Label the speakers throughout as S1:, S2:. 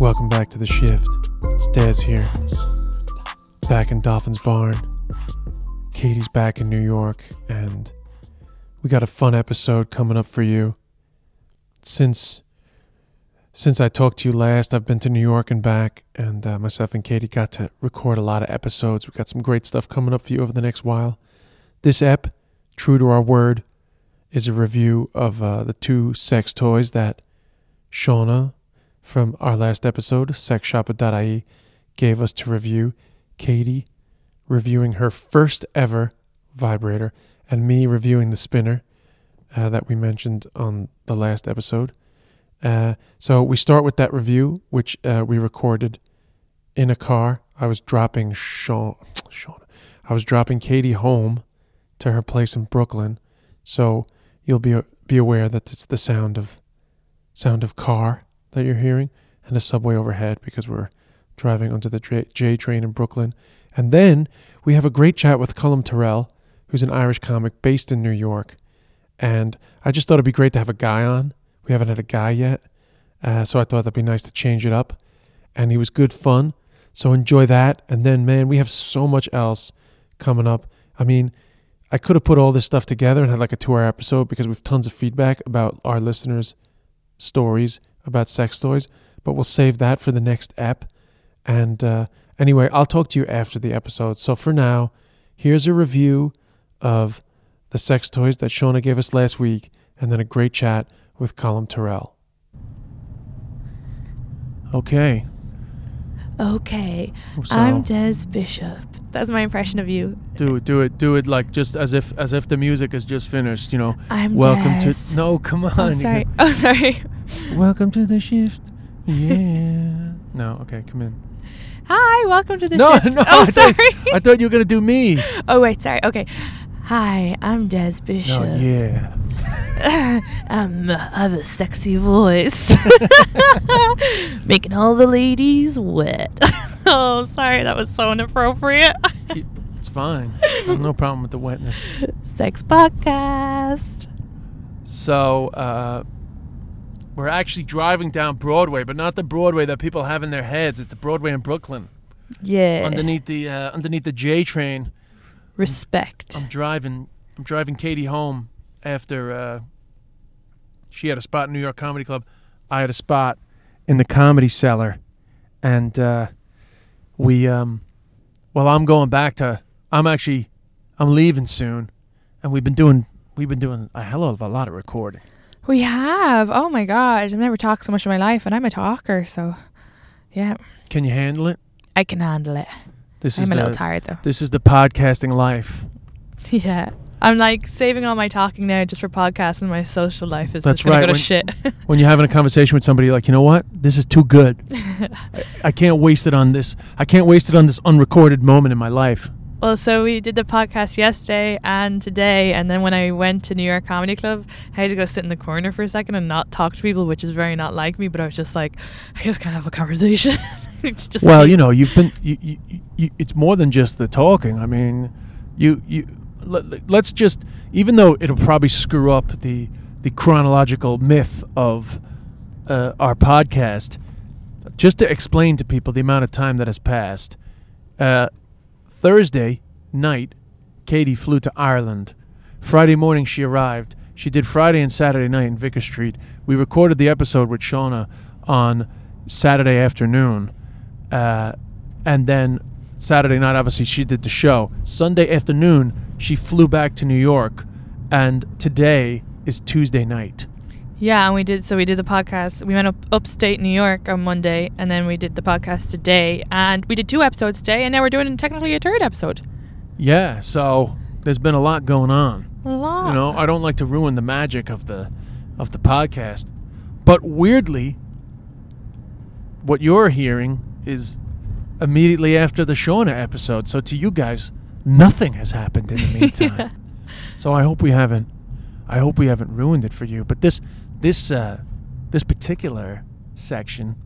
S1: Welcome back to the shift. It's Dez here. Back in Dolphin's Barn. Katie's back in New York, and we got a fun episode coming up for you. Since since I talked to you last, I've been to New York and back, and uh, myself and Katie got to record a lot of episodes. We've got some great stuff coming up for you over the next while. This ep, true to our word, is a review of uh, the two sex toys that Shauna from our last episode, sexshopper.ie, E, gave us to review. Katie reviewing her first ever vibrator, and me reviewing the spinner uh, that we mentioned on the last episode. Uh, so we start with that review, which uh, we recorded in a car. I was dropping Sean, Sean, I was dropping Katie home to her place in Brooklyn. So you'll be be aware that it's the sound of sound of car that you're hearing and a subway overhead because we're driving onto the J, J train in Brooklyn. And then we have a great chat with Cullum Terrell, who's an Irish comic based in New York. And I just thought it'd be great to have a guy on. We haven't had a guy yet. Uh, so I thought that'd be nice to change it up. And he was good fun. So enjoy that. And then, man, we have so much else coming up. I mean, I could have put all this stuff together and had like a two hour episode because we've tons of feedback about our listeners' stories about sex toys, but we'll save that for the next ep. And uh, anyway, I'll talk to you after the episode. So for now, here's a review of the sex toys that Shauna gave us last week, and then a great chat with Colin Terrell. Okay.
S2: Okay,
S1: So
S2: I'm Des Bishop. That's my impression of you.
S3: Do it, do it, do it! Like just as if as if the music is just finished, you know.
S2: I'm
S3: Welcome
S2: Des.
S3: to no, come on.
S2: Oh,
S3: you
S2: sorry. Oh, sorry.
S3: can- Welcome to the shift. Yeah. no, okay, come in.
S2: Hi, welcome to the
S3: no,
S2: shift.
S3: no.
S2: Oh,
S3: I
S2: sorry.
S3: thought, I thought you were gonna do me.
S2: oh, wait, sorry. Okay. Hi, I'm Des Bishop.
S3: No, yeah.
S2: I'm, I have a sexy voice, making all the ladies wet. oh, sorry, that was so inappropriate.
S3: Keep- It's fine. no problem with the wetness.
S2: Sex podcast.
S3: So uh, we're actually driving down Broadway, but not the Broadway that people have in their heads. It's the Broadway in Brooklyn,
S2: Yeah.
S3: underneath the uh, underneath the J train.
S2: Respect.
S3: I'm driving. I'm driving Katie home after uh, she had a spot in New York Comedy Club. I had a spot in the Comedy Cellar, and uh, we. Um, well, I'm going back to. I'm actually. I'm leaving soon, and we've been doing. We've been doing a hell of a lot of recording.
S2: we have. Oh my gosh, I've never talked so much in my life, and I'm a talker, so yeah,
S3: Can you handle it?
S2: I can handle it.
S3: This
S2: I'm
S3: is
S2: a little
S3: the-
S2: tired though.
S3: This is the podcasting life.
S2: Yeah. I'm like saving all my talking now just for podcasts and my social life is
S3: That's
S2: just gonna
S3: right,
S2: go to
S3: when-
S2: shit.
S3: when you're having a conversation with somebody like you know what this is too good I, I can't waste it on this i can't waste it on this unrecorded moment in my life
S2: well, so we did the podcast yesterday and today, and then when I went to New York Comedy Club, I had to go sit in the corner for a second and not talk to people, which is very not like me. But I was just like, I just can't have a conversation. it's just
S3: well
S2: like-
S3: you know you've been you, you, you, it's more than just the talking i mean you you let, let's just even though it'll probably screw up the the chronological myth of uh, our podcast just to explain to people the amount of time that has passed uh, Thursday night, Katie flew to Ireland. Friday morning, she arrived. She did Friday and Saturday night in Vicker Street. We recorded the episode with Shauna on Saturday afternoon.
S1: uh, and then Saturday night, obviously, she did the show. Sunday afternoon, she flew back to New York, and today is Tuesday night.
S2: Yeah, and we did. So we did the podcast. We went up upstate New York on Monday, and then we did the podcast today. And we did two episodes today, and now we're doing technically a third episode.
S1: Yeah, so there's been a lot going on.
S2: A lot.
S1: You know, I don't like to ruin the magic of the of the podcast, but weirdly, what you're hearing is immediately after the Shauna episode. So to you guys, nothing has happened in the meantime. So I hope we haven't, I hope we haven't ruined it for you. But this, this, uh, this particular section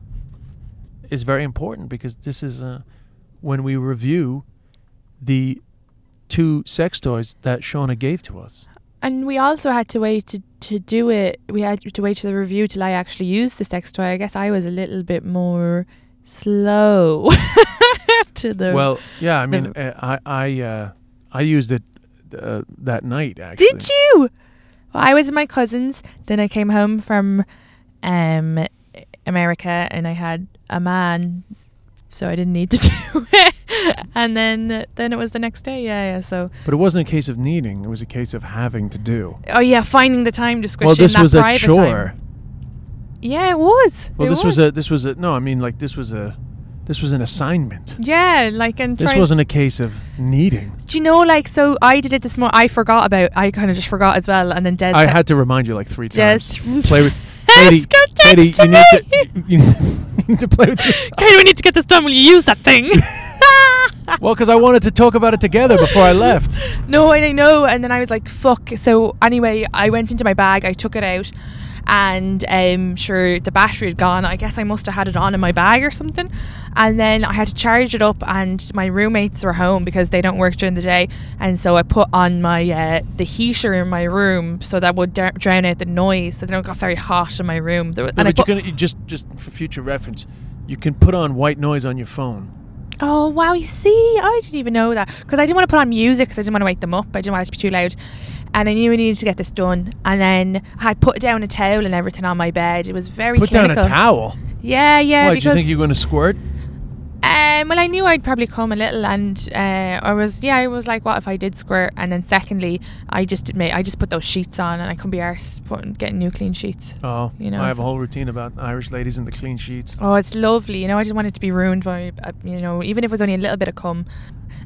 S1: is very important because this is uh, when we review the two sex toys that Shauna gave to us.
S2: And we also had to wait to, to do it. We had to wait to the review till I actually used the sex toy. I guess I was a little bit more slow to the.
S1: Well, yeah, I mean,
S2: the-
S1: uh, I, I, uh, I used it uh, that night actually.
S2: did you? Well, I was at my cousin's. Then I came home from um, America, and I had a man, so I didn't need to do it. and then then it was the next day. Yeah, yeah. So
S1: But it wasn't a case of needing; it was a case of having to do.
S2: oh yeah, finding the time to squish
S1: well,
S2: in
S1: this
S2: that
S1: was a
S2: private time.
S1: chore.
S2: Yeah, it was.
S1: Well,
S2: It
S1: this was. a this was a no. I mean, like this was a this was an assignment.
S2: yeah, like and
S1: This
S2: trying-
S1: wasn't a case of needing.
S2: Do you know, like, so I did it this morning. I forgot about. I kind of just forgot as well, and then Des.
S1: I
S2: te-
S1: had to remind you like three times.
S2: Just-
S1: play with
S2: Ask
S1: Katie.
S2: her text
S1: Katie,
S2: to
S1: you need to
S2: me.
S1: you need to play with this.
S2: Okay, we need to get this done. Will you use that thing?
S1: Well, because I wanted to talk about it together before I left.
S2: no, and I know. And then I was like, fuck. So anyway, I went into my bag. I took it out. And um, sure, the battery had gone. I guess I must have had it on in my bag or something. And then I had to charge it up. And my roommates were home because they don't work during the day. And so I put on my uh, the heater in my room so that would dr- drown out the noise, so they don't got very hot in my room. There was-
S1: But
S2: I
S1: you
S2: put-
S1: can you just just for future reference, you can put on white noise on your phone.
S2: Oh wow! You see, I didn't even know that because I didn't want to put on music because I didn't want to wake them up. I didn't want it to be too loud, and I knew I needed to get this done. And then I had put down a towel and everything on my bed. It was very
S1: Put down
S2: clinical.
S1: a towel.
S2: Yeah, yeah.
S1: Why? Do
S2: because
S1: you think you're going to squirt?
S2: um, well, I knew I'd probably come a little, and uh, I was yeah, I was like, what if I did squirt? And then secondly, I just did I just put those sheets on, and I couldn't be arsed putting getting new clean sheets.
S1: Oh,
S2: You know,
S1: I have a
S2: so-
S1: whole routine about Irish ladies and the clean sheets.
S2: Oh, it's lovely. You know, I just wanted to be ruined by, uh, you know, even if it was only a little bit of cum.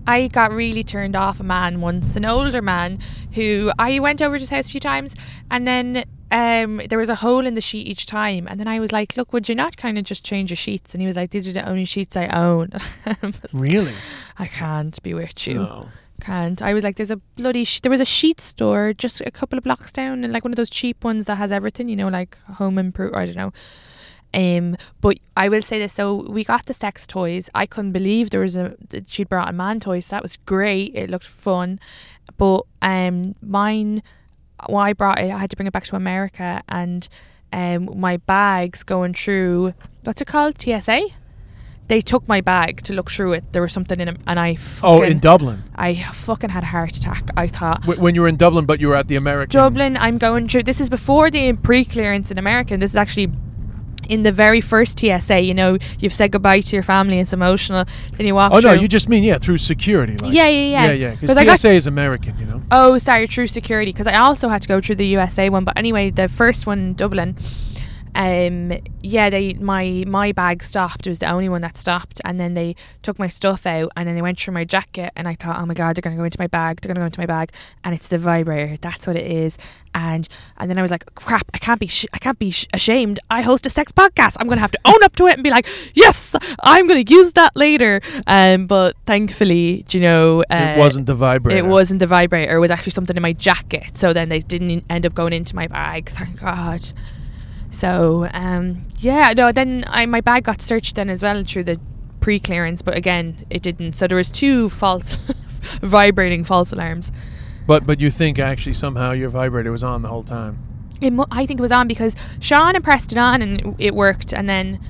S2: I got really turned off a man once, an older man who I went over to his house a few times, and then um, there was a hole in the sheet each time. And then I was like, "Look, would you not kind of just change your sheets?" And he was like, "These are the only sheets I own." I was like,
S1: Really?
S2: I can't be with you.
S1: No.
S2: Can't. I was like, "There's a bloody sh- there was a sheet store just a couple of blocks down, and like one of those cheap ones that has everything, you know, like home improve. I don't know." Um, but I will say this: so we got the sex toys. I couldn't believe there was a that she'd brought a man toy. So that was great. It looked fun, but um, mine. Well, I brought it. I had to bring it back to America, and um, my bags going through. What's it called? TSA. They took my bag to look through it. There was something in it, and I fucking.
S1: Oh, in Dublin.
S2: I fucking had a heart attack. I thought.
S1: Wh- When you were in Dublin, but you were at the American.
S2: Dublin, I'm going through. This is before the pre clearance in America. and This is actually in the very first TSA. You know, you've said goodbye to your family. It's emotional. Then you walk.
S1: Oh no,
S2: through-
S1: you just mean yeah through security. Like,
S2: Yeah, yeah,
S1: yeah,
S2: yeah.
S1: yeah.
S2: 'Cause I got-
S1: Because TSA is American, you know.
S2: Oh, sorry, True Security, because I also had to go through the USA one. But anyway, the first one, in Dublin. Um, yeah, they my my bag stopped. It was the only one that stopped, and then they took my stuff out, and then they went through my jacket, and I thought, oh my god, they're gonna go into my bag. They're gonna go into my bag, and it's the vibrator. That's what it is. And and then I was like, crap, I can't be sh- I can't be sh- ashamed. I host a sex podcast. I'm gonna have to own up to it and be like, yes, I'm gonna use that later. Um, but thankfully, do you know, uh,
S1: it wasn't the vibrator.
S2: it wasn't the vibrator. It was actually something in my jacket. So then they didn't end up going into my bag. Thank God. So um, yeah, no. Then I, my bag got searched then as well through the pre-clearance, but again it didn't. So there was two false vibrating false alarms.
S1: But but you think actually somehow your vibrator was on the whole time.
S2: It mu- I think it was on because Sean had pressed it on and it worked. And then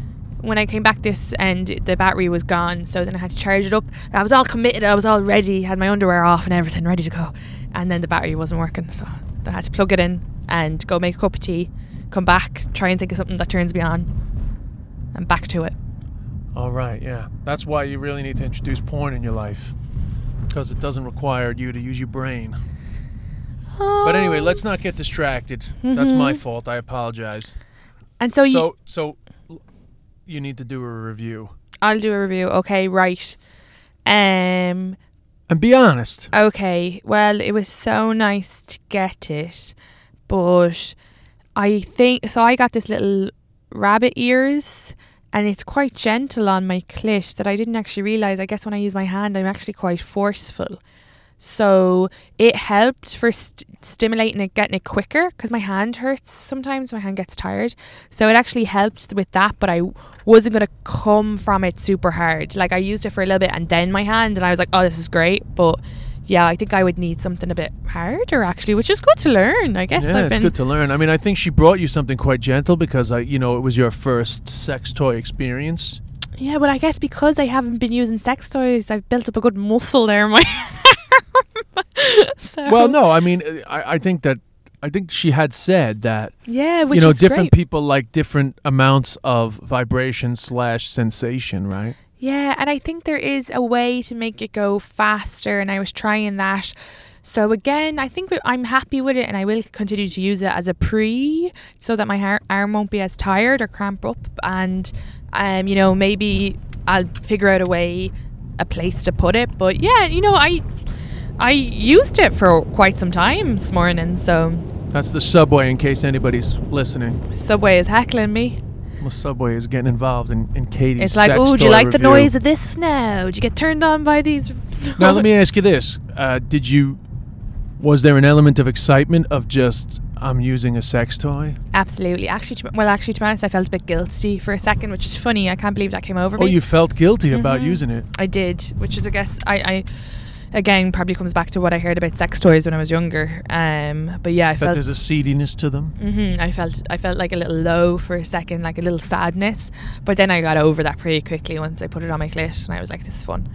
S2: when I came back this end, the battery was gone. So then I had to charge it up. I was all committed. I was all ready. Had my underwear off and everything ready to go. And then the battery wasn't working. So I had to plug it in and go make a cup of tea, come back, try and think of something that turns me on, and back to it.
S1: All right, yeah. That's why you really need to introduce porn in your life because it doesn't require you to use your brain. But
S2: Um,
S1: anyway, let's not get distracted. That's my fault. I apologize.
S2: And so, mm-hmm. Oh, you,
S1: so so l- you need to do a review.
S2: I'll do a review. Okay, right. Um.
S1: And be honest.
S2: Okay. Well, it was so nice to get it, but I think so. I got this little rabbit ears, and it's quite gentle on my clit that I didn't actually realize. I guess when I use my hand, I'm actually quite forceful. So it helped for st- stimulating it, getting it quicker because my hand hurts sometimes. My hand gets tired, so it actually helped with that. But I wasn't gonna come from it super hard. Like I used it for a little bit and then my hand, and I was like, "Oh, this is great." But yeah, I think I would need something a bit harder actually, which is good to learn. I guess
S1: yeah,
S2: I've
S1: it's
S2: been
S1: good to learn. I mean, I think she brought you something quite gentle because I, you know, it was your first sex toy experience.
S2: yeah, but I guess because I haven't been using sex toys, I've built up a good muscle there in my arm. so,
S1: Well, no, I mean, uh, I, I think that I think she had said that
S2: yeah, which
S1: you know
S2: is
S1: different
S2: great.
S1: people like different amounts of vibration slash sensation, right?
S2: Yeah, and I think there is a way to make it go faster, and I was trying that. So again, I think we- I'm happy with it, and I will continue to use it as a pre, so that my har- arm won't be as tired or cramp up, and um, you know, maybe I'll figure out a way, a place to put it. But yeah, you know, I I used it for quite some time this morning, so
S1: That's the subway. In case anybody's listening,
S2: Subway is heckling me.
S1: the subway is getting involved in, in Katie's.
S2: It's like,
S1: sex
S2: oh, do
S1: toy
S2: you like the
S1: review."
S2: noise of this now? Do you get turned on by these?
S1: Now let me ask you this: uh, Did you? Was there an element of excitement of just I'm using a sex toy?
S2: Absolutely. Actually, to, well, actually, to be honest, I felt a bit guilty for a second, which is funny. I can't believe that came over
S1: Oh,
S2: me.
S1: you felt guilty about
S2: Mm-hmm.
S1: using it.
S2: I did, which is, I guess, I, I again probably comes back to what I heard about sex toys when I was younger. Um, but yeah, I
S1: That
S2: felt,
S1: there's a seediness to them.
S2: mhm, I felt, I felt like a little low for a second, like a little sadness. But then I got over that pretty quickly once I put it on my clit, and I was like, this is fun.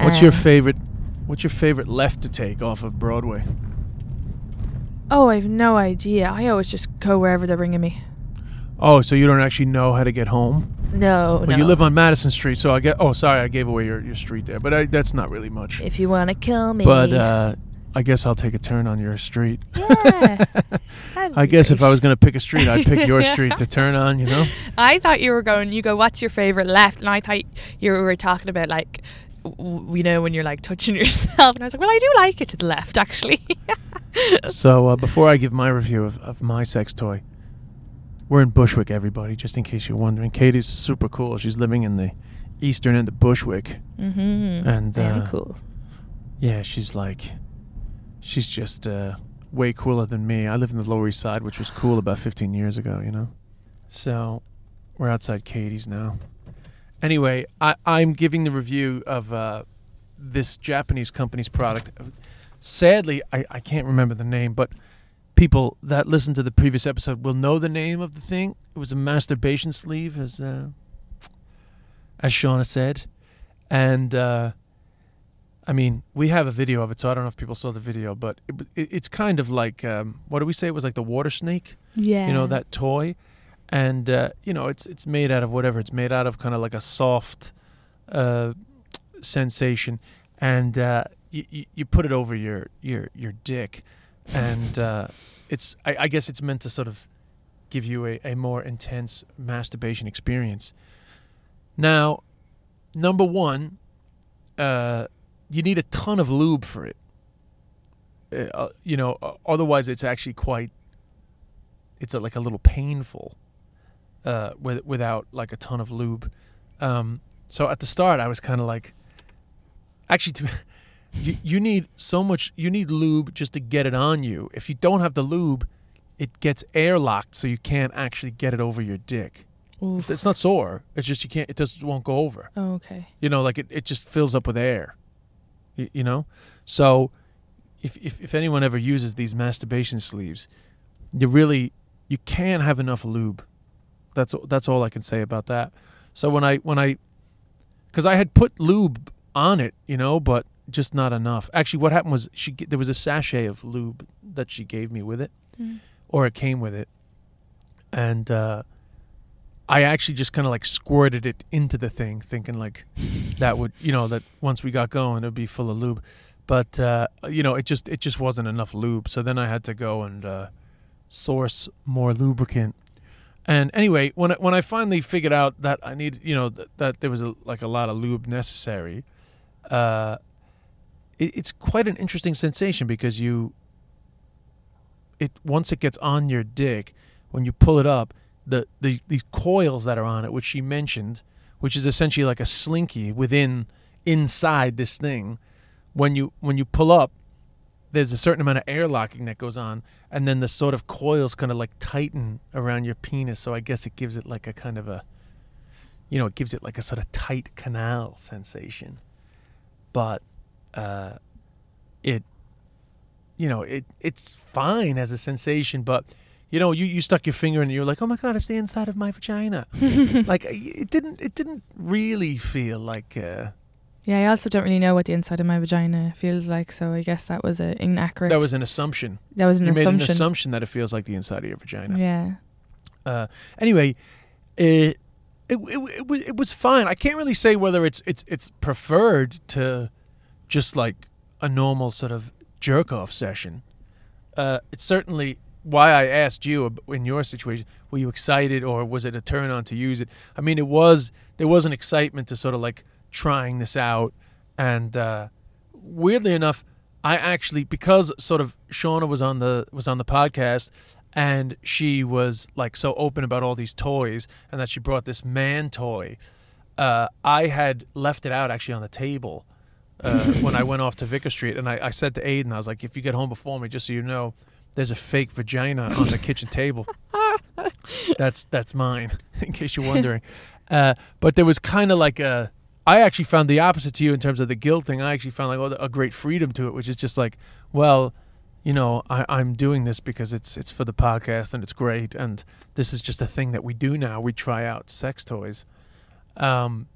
S1: What's your
S2: Um,
S1: favorite? What's your favorite left to take off of Broadway?
S2: Oh, I've no idea. I always just go wherever they're bringing me.
S1: Oh, so you don't actually know how to get home?
S2: No,
S1: Well,
S2: no.
S1: you live on Madison Street, so I get. Oh, sorry, I gave away your, your street there, but I, that's not really much.
S2: If you wanna kill me.
S1: But uh, I guess I'll take a turn on your street.
S2: Yeah, that'd
S1: I
S2: be
S1: guess if
S2: great.
S1: I was going to pick a street, I'd pick your
S2: Yeah.
S1: street to turn on. You know.
S2: I thought you were going. You go. What's your favorite left? And I thought you were talking about like, w- w- you know, when you're like touching yourself. And I was like, well, I do like it to the left actually.
S1: So uh, before I give my review of, of my sex toy, we're in Bushwick, everybody, just in case you're wondering. Katie's super cool. She's living in the eastern end of Bushwick.
S2: mm-hmm.
S1: And,
S2: Very
S1: uh,
S2: cool.
S1: Yeah, she's like, she's just uh, way cooler than me. I live in the Lower East Side, which was cool about 15 years ago, you know? So we're outside Katie's now. Anyway, I, I'm giving the review of uh, this Japanese company's product. Sadly, I, I can't remember the name, but people that listen to the previous episode will know the name of the thing. It was a masturbation sleeve, as uh, as Shauna said, and uh, I mean we have a video of it, so I don't know if people saw the video, but it, it, it's kind of like um, what do we say? It was like the water snake,
S2: Yeah.
S1: you know, that toy, and uh, you know it's it's made out of whatever it's made out of, kind of like a soft uh, sensation, and uh, you, you you put it over your your your dick, and uh, it's I, I guess it's meant to sort of give you a, a more intense masturbation experience. Now, number one, uh, you need a ton of lube for it. Uh, you know, o- otherwise it's actually quite. It's a, like a little painful, uh, with, without like a ton of lube. Um, so at the start, I was kind of like, actually, to, you you need so much. You need lube just to get it on you. If you don't have the lube, it gets airlocked, so you can't actually get it over your dick.
S2: Oof.
S1: It's not sore. It's just you can't. It just won't go over
S2: Oh, okay.
S1: you know like it, it just fills up with air y- you, know so if, if if anyone ever uses these masturbation sleeves you really you can't have enough lube that's that's all i can say about that so when i when i because i had put lube on it you know but just not enough actually what happened was she g- there was a sachet of lube that she gave me with it or it came with it and uh I actually just kind of like squirted it into the thing, thinking like that would, you know, that once we got going, it'd be full of lube. But uh, you know, it just it just wasn't enough lube. So then I had to go and uh, source more lubricant. And anyway, when I, when I finally figured out that I need, you know, that, that there was a, like a lot of lube necessary, uh, it, it's quite an interesting sensation because you it once it gets on your dick, when you pull it up, the the these coils that are on it, which she mentioned, which is essentially like a slinky within inside this thing, when you when you pull up, there's a certain amount of air locking that goes on, and then the sort of coils kind of like tighten around your penis. So I guess it gives it like a kind of a, you know, it gives it like a sort of tight canal sensation, but uh, it you know, it it's fine as a sensation, but you know, you, you stuck your finger in and you're like, oh my god, it's the inside of my vagina. like it didn't it didn't really feel like uh,
S4: Yeah, I also don't really know what the inside of my vagina feels like, so I guess that was an inaccurate.
S1: that was an assumption.
S4: that was an
S1: you
S4: assumption.
S1: made an assumption that it feels like the inside of your vagina.
S4: Yeah.
S1: Uh, anyway, it, it, it, it, was, it was fine. I can't really say whether it's it's it's preferred to just like a normal sort of jerk off session. Uh, it's certainly why I asked you ab- in your situation. Were you excited or was it a turn on to use it? I mean, it was there was an excitement to sort of like trying this out, and uh, weirdly enough. I actually because sort of Shauna was on the was on the podcast and she was like so open about all these toys and that she brought this man toy. Uh, I had left it out actually on the table uh, when I went off to Vicker Street and I, I said to Aiden, I was like, if you get home before me, just so you know, there's a fake vagina on the kitchen table. That's that's mine, in case you're wondering. Uh, but there was kind of like a. I actually found the opposite to you in terms of the guilt thing. I actually found like oh, a great freedom to it, which is just like, well, you know, I, I'm doing this because it's it's for the podcast and it's great, and this is just a thing that we do now. We try out sex toys, um,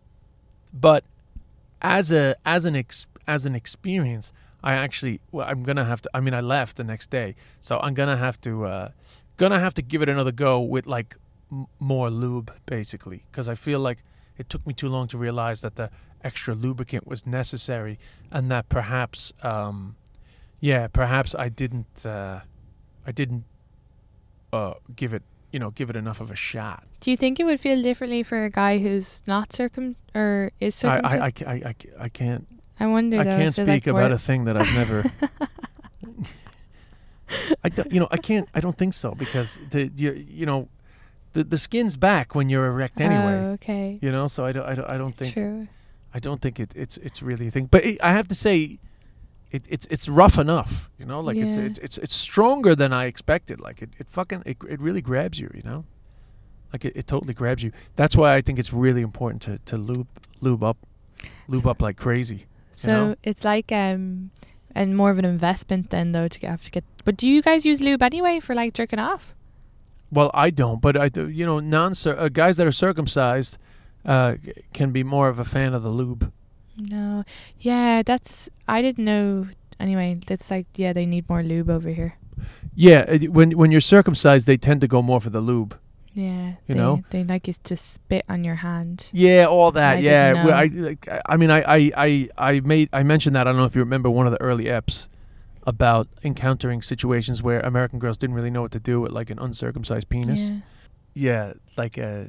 S1: but as a as an ex, as an experience, I actually well, I'm gonna have to. I mean, I left the next day, so I'm gonna have to uh, gonna have to give it another go with like m- more lube, basically, because I feel like it took me too long to realize that the extra lubricant was necessary, and that perhaps, um, yeah, perhaps I didn't, uh, I didn't uh, give it, you know, give it enough of a shot.
S4: Do you think it would feel differently for a guy who's not circum or is
S1: I,
S4: circumcised?
S1: I, I, ca- I, I ca- I can't,
S4: I wonder.
S1: I
S4: though,
S1: can't
S4: if there's, like,
S1: speak about
S4: wor-
S1: a thing that I've never. I don't, you know, I can't. I don't think so because the you you know, the the skin's back when you're erect
S4: Oh,
S1: anyway.
S4: okay.
S1: You know, so I don't I don't, I don't think
S4: True.
S1: I don't think it, it's it's really a thing. But it, I have to say, it, it's it's rough enough. You know, like it's,
S4: Yeah.
S1: it's it's it's stronger than I expected. Like it, it fucking it, it really grabs you. You know, like it, it totally grabs you. That's why I think it's really important to to lube lube up, lube up like crazy.
S4: So
S1: know?
S4: it's like um, and more of an investment then though to get, have to get. But do you guys use lube anyway for like jerking off?
S1: Well, I don't, but I do. You know, non uh, guys that are circumcised uh, c- can be more of a fan of the lube.
S4: No. Yeah, that's I didn't know. Anyway, that's like yeah, they need more lube over here.
S1: Yeah, it- when when you're circumcised, they tend to go more for the lube.
S4: Yeah. they,
S1: You know?
S4: They like it to spit on your hand.
S1: Yeah, all that.
S4: I
S1: yeah,
S4: didn't
S1: Well,
S4: know.
S1: I like, I- I mean, I, I I I made I mentioned that. I don't know if you remember one of the early eps about encountering situations where American girls didn't really know what to do with like an uncircumcised penis.
S4: Yeah.
S1: yeah like uh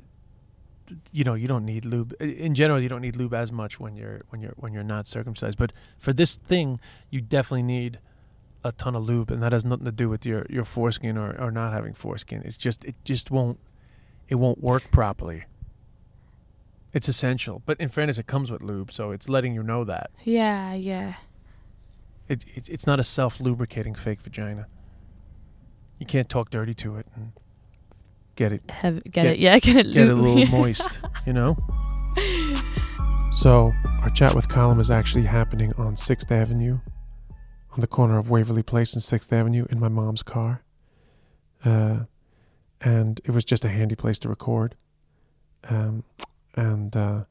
S1: you know you don't need lube in general you don't need lube as much when you're when you're when you're not circumcised but for this thing you definitely need a ton of lube and that has nothing to do with your your foreskin or, or not having foreskin it's just it just won't it won't work properly it's essential but in fairness it comes with lube so it's letting you know that
S4: Yeah. Yeah.
S1: it, it's it's not a self lubricating fake vagina you can't talk dirty to it and get it
S4: Have, get,
S1: Get-
S4: it? Yeah. Get it.
S1: get it a
S4: lube.
S1: little moist you know
S5: So, our chat with Colum is actually happening on 6th Avenue, on the corner of Waverly Place and 6th Avenue, in my mom's car. Uh, and it was just a handy place to record. Um, and uh,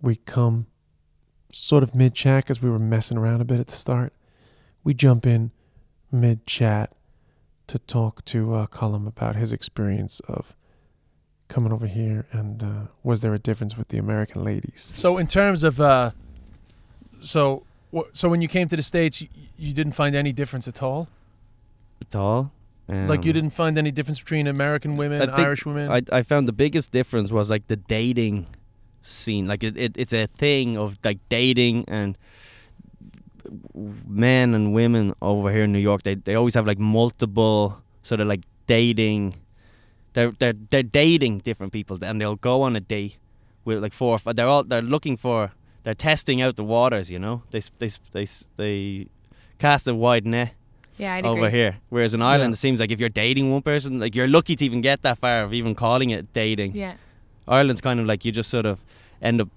S5: we come sort of mid chat because we were messing around a bit at the start. We jump in mid chat to talk to uh, Colum about his experience of
S1: coming over here, and uh, was there a difference with the American ladies?
S5: So in terms of, uh, so wh- so when you came to the states, you, you didn't find any difference at all.
S6: at all. Um,
S5: like you didn't find any difference between American women,
S6: I think
S5: Irish women.
S6: I, I found the biggest difference was like the dating scene. Like it, it it's a thing of like dating and men and women over here in New York. They they always have like multiple sort of like dating. They're they're they're dating different people and they'll go on a date with like four. Or five, they're all they're looking for. They're testing out the waters. You know, they s- they s- they s- they cast a wide net
S7: Yeah, I'd
S6: over
S7: agree.
S6: here. Whereas in Ireland, it seems like if you're dating one person, like you're lucky to even get that far of even calling it dating.
S7: Yeah.
S6: Ireland's kind of like you just sort of end up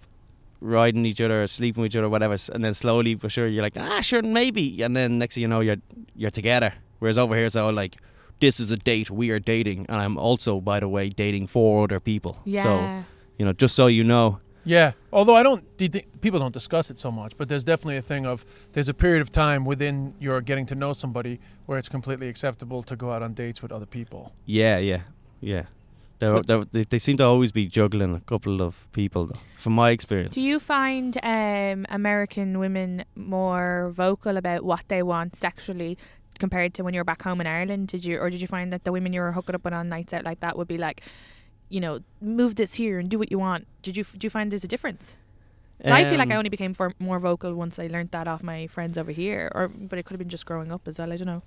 S6: riding each other or sleeping with each other, or whatever, s- and then slowly but sure you're like, ah, sure, maybe, and then next thing you know, you're you're together. Whereas over here, it's all like, this is a date, we are dating, and I'm also, by the way, dating four other people.
S7: Yeah.
S6: So you know, just so you know,
S5: yeah. Although I don't, do you think- people don't discuss it so much, but there's definitely a thing of there's a period of time within your getting to know somebody where it's completely acceptable to go out on dates with other people.
S6: yeah, yeah, yeah. They're,
S5: But-
S6: they're, they they seem to always be juggling a couple of people, though, from my experience.
S2: Do you find um, American women more vocal about what they want sexually compared to when you were back home in Ireland? Did you, or did you find that the women you were hooking up with on nights out like that would be like, you know, move this here and do what you want? Did you do you find there's a difference? 'Cause I feel like
S6: Um,
S2: I only became for, more vocal once I learned that off my friends over here, or but it could have been just growing up as well. I don't know.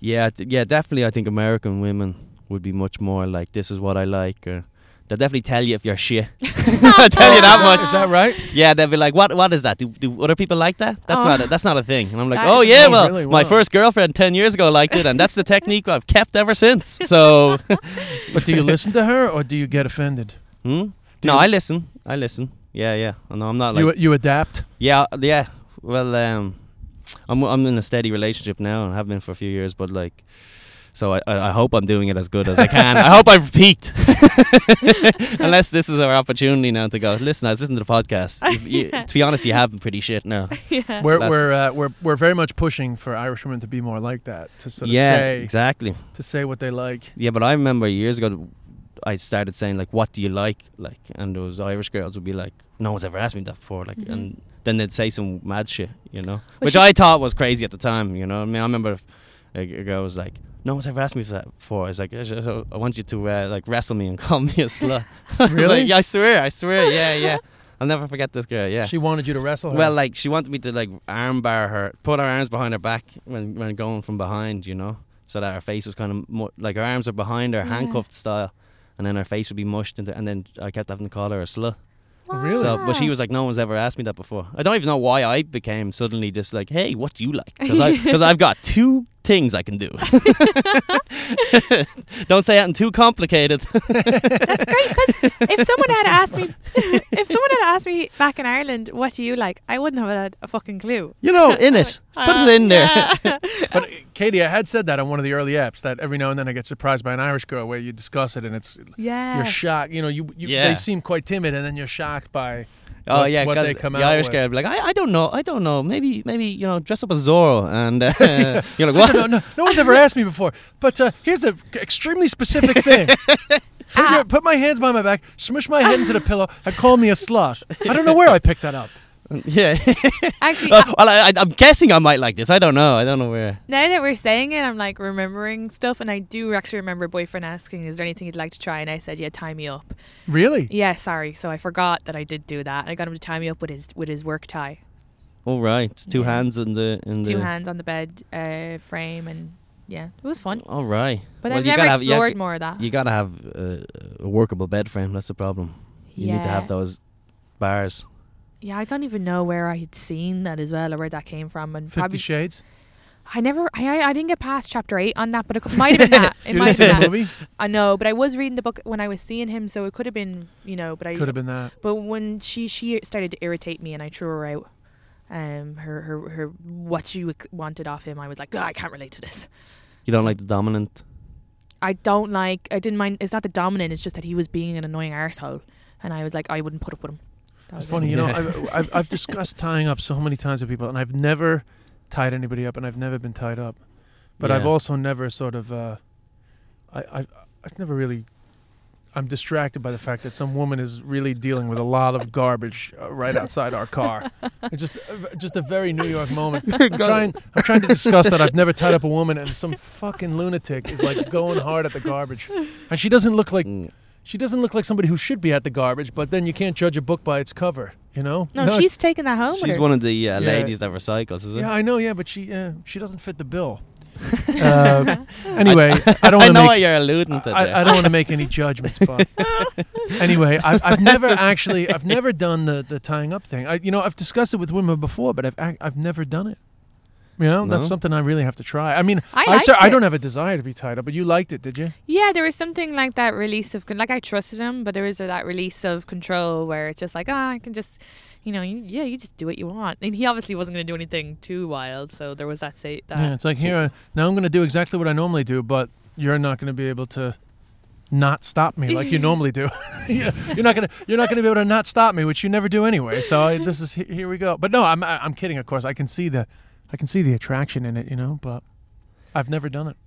S6: Yeah, th- yeah, definitely. I think American women would be much more like, "This is what I like," or they'll definitely tell you if you're shit. I tell you that much.
S5: Is that right?
S6: Yeah, they'll be like, "What? What is that? Do, do other people like that? That's
S2: Oh.
S6: not. A, that's not a thing." And I'm like,
S2: That
S6: "Oh
S2: is
S6: yeah,
S5: amazing.
S6: well,
S5: Really?
S6: my
S5: Wow.
S6: first girlfriend ten years ago liked it, and that's the technique I've kept ever since." So,
S5: But do you listen to her or do you get offended?
S6: hmm?
S5: Do
S6: no,
S5: you-
S6: I listen. I listen. Yeah, yeah. No, I'm not like
S5: you you adapt.
S6: Yeah, uh, yeah. Well, um, I'm I'm in a steady relationship now and have been for a few years, but like, so I I I hope I'm doing it as good as I can. I hope I've peaked. Unless this is our opportunity now to go. Listen, I was listening to the podcast. You- you- to be honest, you have been pretty shit now.
S2: yeah.
S5: We're
S6: That's-
S5: we're uh, we're we're very much pushing for Irish women to be more like that to sort of
S6: yeah,
S5: say
S6: exactly.
S5: to say what they like.
S6: Yeah, but I remember years ago, I started saying like, "What do you like?" Like, and those Irish girls would be like, "No one's ever asked me that before." Like,
S2: Mhm.
S6: and then they'd say some mad shit, you know,
S2: Which
S6: which,
S2: is-
S6: I thought was crazy at the time. You know, I mean, I remember a, a girl was like, "No one's ever asked me for that before." I was like, "I just- "I want you to uh, like wrestle me and call me a slut." I was
S5: Really?
S6: like, yeah, I swear, I swear, yeah, yeah. I'll never forget this girl. Yeah.
S5: She wanted you to wrestle her.
S6: Well, like she wanted me to like armbar her, put her arms behind her back when when going from behind, you know, so that her face was kind of mu- like her arms are behind her,
S2: Yeah.
S6: handcuffed style, and then her face would be mushed into, and then I kept having to call her a slut.
S5: Really?
S6: So, but she was like, no one's ever asked me that before. I don't even know why I became suddenly just like, hey, what do you like? Because I've got two things I can do. don't say anything too complicated.
S2: if someone had asked me, if someone had asked me back in Ireland, what do you like? I wouldn't have had a fucking clue.
S6: You know, in it, put it in there.
S5: but uh, Katie, I had said that on one of the early apps that every now and then I get surprised by an Irish girl where you discuss it and it's
S2: Yeah.
S5: you're shocked. You know, you, you
S6: Yeah.
S5: they seem quite timid and then you're shocked by
S6: Oh
S5: what-
S6: yeah,
S5: what
S6: 'cause
S5: they come
S6: the
S5: out
S6: Irish
S5: with.
S6: guy would be like, I, I don't know, I don't know. Maybe maybe you know, dress up as Zorro, and uh, you're like,
S5: No,
S6: what?
S5: no, no one's ever asked me before. But uh, here's an extremely specific thing.
S6: Ah.
S5: Put, your, put my hands behind my back, smush my head into the pillow, and call me a slut. I don't know where I picked that up.
S6: Yeah.
S2: Actually,
S6: well, I, I, I'm guessing I might like this. I don't know. I don't know where.
S2: now that we're saying it, I'm like remembering stuff, and I do actually remember a boyfriend asking, "Is there anything you'd like to try?" And I said, "Yeah, tie me up."
S5: Really?
S2: Yeah, sorry. So I forgot that I did do that. I got him to tie me up with his with his work tie,
S6: All right, two
S2: Yeah.
S6: hands in the in
S2: two
S6: the.
S2: hands on the bed uh, frame, and yeah, it was fun.
S6: All right.
S2: But
S6: Well,
S2: I've
S6: you
S2: never
S6: gotta have- you have-
S2: explored more of that.
S6: You gotta have uh, a workable bed frame. That's the problem. You need to
S2: Yeah.
S6: have those bars.
S2: Yeah, I don't even know where I had seen that as well, or where that came from, and
S5: Fifty
S2: probably
S5: Shades.
S2: I never, I, I, I didn't get past chapter eight on that, but it cou- might have been that. It
S5: you
S2: might
S5: didn't
S2: have
S5: see
S2: been
S5: the
S2: that.
S5: movie?
S2: I know, but I was reading the book when I was seeing him, so it could have been, you know. But I
S5: Could have been that.
S2: But when she she started to irritate me, and I threw her out. Um, her her her what she w- wanted off him, I was like, "Ah, I can't relate to this.
S6: You don't like the dominant.
S2: I don't like. I didn't mind. It's not the dominant. It's just that he was being an annoying arsehole. and I was like, I wouldn't put up with him. That was
S5: It's
S2: it.
S5: funny, you know.
S6: Yeah.
S5: I've, I've, I've discussed tying up so many times with people, and I've never tied anybody up, and I've never been tied up. But I've
S6: Yeah.
S5: also never sort of, uh, I, I, I've never really, I I'm distracted by the fact that some woman is really dealing with a lot of garbage uh, right outside our car. It's just, uh, just a very New York moment. I'm trying, I'm trying to discuss that I've never tied up a woman, and some fucking lunatic is like going hard at the garbage, and she doesn't look like,
S6: Mm.
S5: she doesn't look like somebody who should be at the garbage. But then you can't judge a book by its cover, you know?
S2: No, she's taking that home with
S6: She's
S2: her.
S6: one of the uh,
S5: Yeah.
S6: ladies that recycles, isn't
S5: Yeah,
S6: it?
S5: I know. Yeah, but she, uh, she doesn't fit the bill. uh, anyway, I, don't want
S6: I
S5: to
S6: know
S5: make
S6: what you're alluding to. there.
S5: I, I don't want to make any judgments, but anyway, I've, I've never
S6: That's just-
S5: actually, I've never done the, the tying up thing. I, you know, I've discussed it with women before, but I've ac- I've never done it. You know, that's
S6: No?
S5: something I really have to try. I mean,
S2: I
S5: I, cer-
S2: liked
S5: I
S2: it.
S5: don't have a desire to be tied up, but you liked it, did you?
S2: Yeah, there was something like that release of con- like I trusted him, but there was that release of control where it's just like ah, I can just, you know, you, yeah, you just do what you want. And he obviously wasn't going to do anything too wild, so there was that say that.
S5: yeah, it's like here I- now I'm going to do exactly what I normally do, but you're not going to be able to not stop me like you normally do. Yeah, you're not gonna you're not gonna be able to not stop me, which you never do anyway. So I, this is he- here we go. But no, I'm I- I'm kidding. Of course, I can see the I can see the attraction in it, you know. But I've never done it.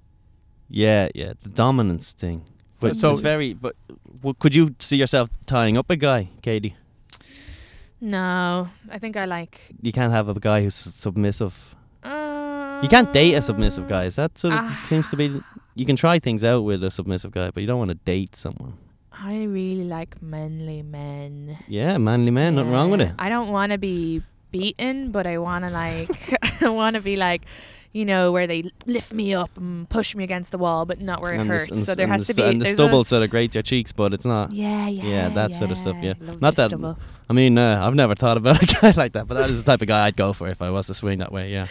S6: Yeah, yeah, the dominance thing. But
S5: So-
S6: so it's very. But w- could you see yourself tying up a guy, Katie?
S2: No, I think I like.
S6: You can't have a guy who's s- submissive.
S2: Uh,
S6: You can't date a submissive guy. Is that sort of
S2: Ah.
S6: seems to be? You can try things out with a submissive guy, but you don't want to date someone.
S2: I really like manly men.
S6: Yeah, manly man, nothing wrong with
S2: Yeah.
S6: it.
S2: I don't want to be beaten, but I want to like, I want to be like, you know, where they lift me up and push me against the wall, but not where it
S6: the s-
S2: hurts.
S6: the
S2: so
S6: s-
S2: there has
S6: the
S2: to
S6: stu-
S2: be
S6: and the
S2: there's a-
S6: stubble sort of grates your cheeks, but it's not.
S2: Yeah, yeah,
S6: Yeah, that sort of stuff, yeah.
S2: Love
S6: Not
S2: the
S6: that-
S2: stubble.
S6: I mean, uh, I've never thought about a guy like that, but that is the type of guy I'd go for if I was to swing that way. Yeah,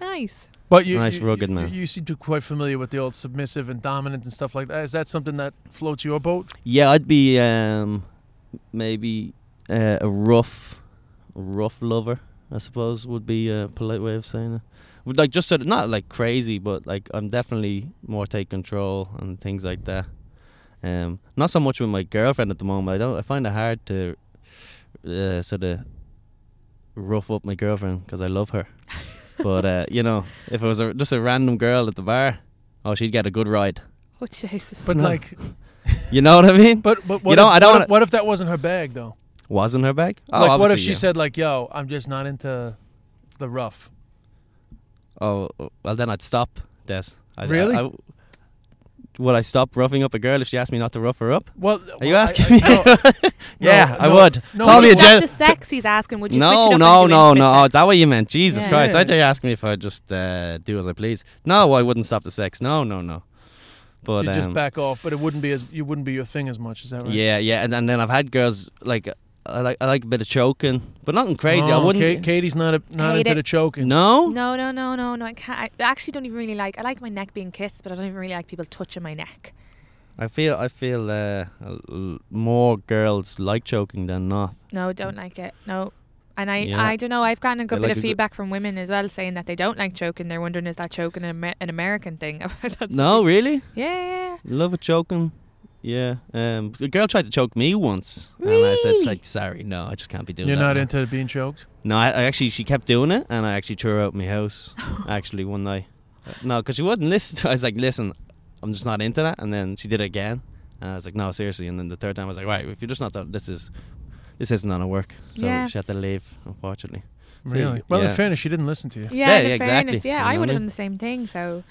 S2: nice.
S5: But you,
S6: Nice
S5: you-
S6: rugged
S5: you-
S6: man.
S5: You, seem to be quite familiar with the old submissive and dominant and stuff like that. Is that something that floats your boat?
S6: yeah, I'd be um, maybe uh, a rough, rough lover. I suppose would be a polite way of saying it. Would, Like just sort of not like crazy, but like I'm definitely more take control and things like that. Um, not so much with my girlfriend at the moment. I don't. I find it hard to uh, sort of rough up my girlfriend because I love her. but uh, you know, if it was a, just a random girl at the bar, oh, she'd get a good ride.
S2: Oh Jesus.
S5: But
S6: No.
S5: like,
S6: You know what I mean?
S5: but but what,
S6: know,
S5: if,
S6: I don't
S5: what,
S6: wanna-
S5: if, what if that wasn't her bag though?
S6: was in her bag.
S5: like, what if
S6: Oh, obviously,
S5: she
S6: yeah.
S5: said like, "Yo, I'm just not into the rough."
S6: "Oh, well, then I'd stop." Des, I'd,
S5: Really?
S6: I, I- would I stop roughing up a girl if she asked me not to rough her up?
S5: Well,
S6: Are you
S5: well, I-
S6: asking
S5: I-
S6: me?
S5: no,
S6: yeah, I
S5: no,
S6: would.
S5: no,
S6: Call
S5: but
S6: me a
S5: what-
S6: gen-
S2: the sex he's asking. Would you switch
S6: no,
S2: it up
S6: no,
S2: and do
S6: no,
S2: intimate
S6: no. Oh, is
S2: sex?
S6: that what you meant? Jesus
S2: Yeah.
S6: Christ!
S5: Yeah.
S6: I thought you were asking me if I just uh, do as I please. No, I wouldn't stop the sex. No, no, no. But
S5: you
S6: um,
S5: just back off, but it wouldn't be as you wouldn't be your thing as much. Is that right?
S6: yeah, yeah, and, and then I've had girls like I like I like a bit of choking, but nothing crazy. I
S5: Oh,
S6: wouldn't.
S2: e-
S5: Kate, Katie's not a, not
S2: Hate
S5: into
S2: it.
S5: the choking.
S6: No,
S2: No, no, no, no, no. I can't. I actually don't even really like. I like my neck being kissed, but I don't even really like people touching my neck.
S6: I feel I feel uh, l- more girls like choking than not.
S2: No, don't like it. No. And I,
S6: Yeah.
S2: I don't know. I've gotten a good
S6: They
S2: bit
S6: like
S2: of
S6: to do-
S2: feedback from women as well, saying that they don't like choking. They're wondering is that choking an, Amer- an American thing? That's-
S6: No, really.
S2: Yeah,
S6: Love a choking. Yeah. Um, a girl tried to choke me once, and I said,
S2: Really?
S6: "Like, sorry, no, I just can't be doing
S5: You're
S6: that."
S5: not
S6: now."
S5: into being choked.
S6: No, I, I actually she kept doing it, and I actually threw her out my house. actually, one night. Uh, No, because she wouldn't listen. I was like, "Listen, I'm just not into that." And then she did it again, and I was like, "No, seriously." And then the third time, I was like, "Right, if you're just not that, this is, this isn't gonna work." So
S2: Yeah.
S6: she had to leave, unfortunately. So,
S5: Really? Well, in
S6: yeah.
S5: fairness, she didn't listen to you.
S2: yeah, yeah.
S6: yeah,
S2: in fairness,
S6: exactly.
S2: yeah,
S6: You know
S2: I
S6: what
S2: would
S6: I
S2: have
S6: mean?
S2: done the same thing. So,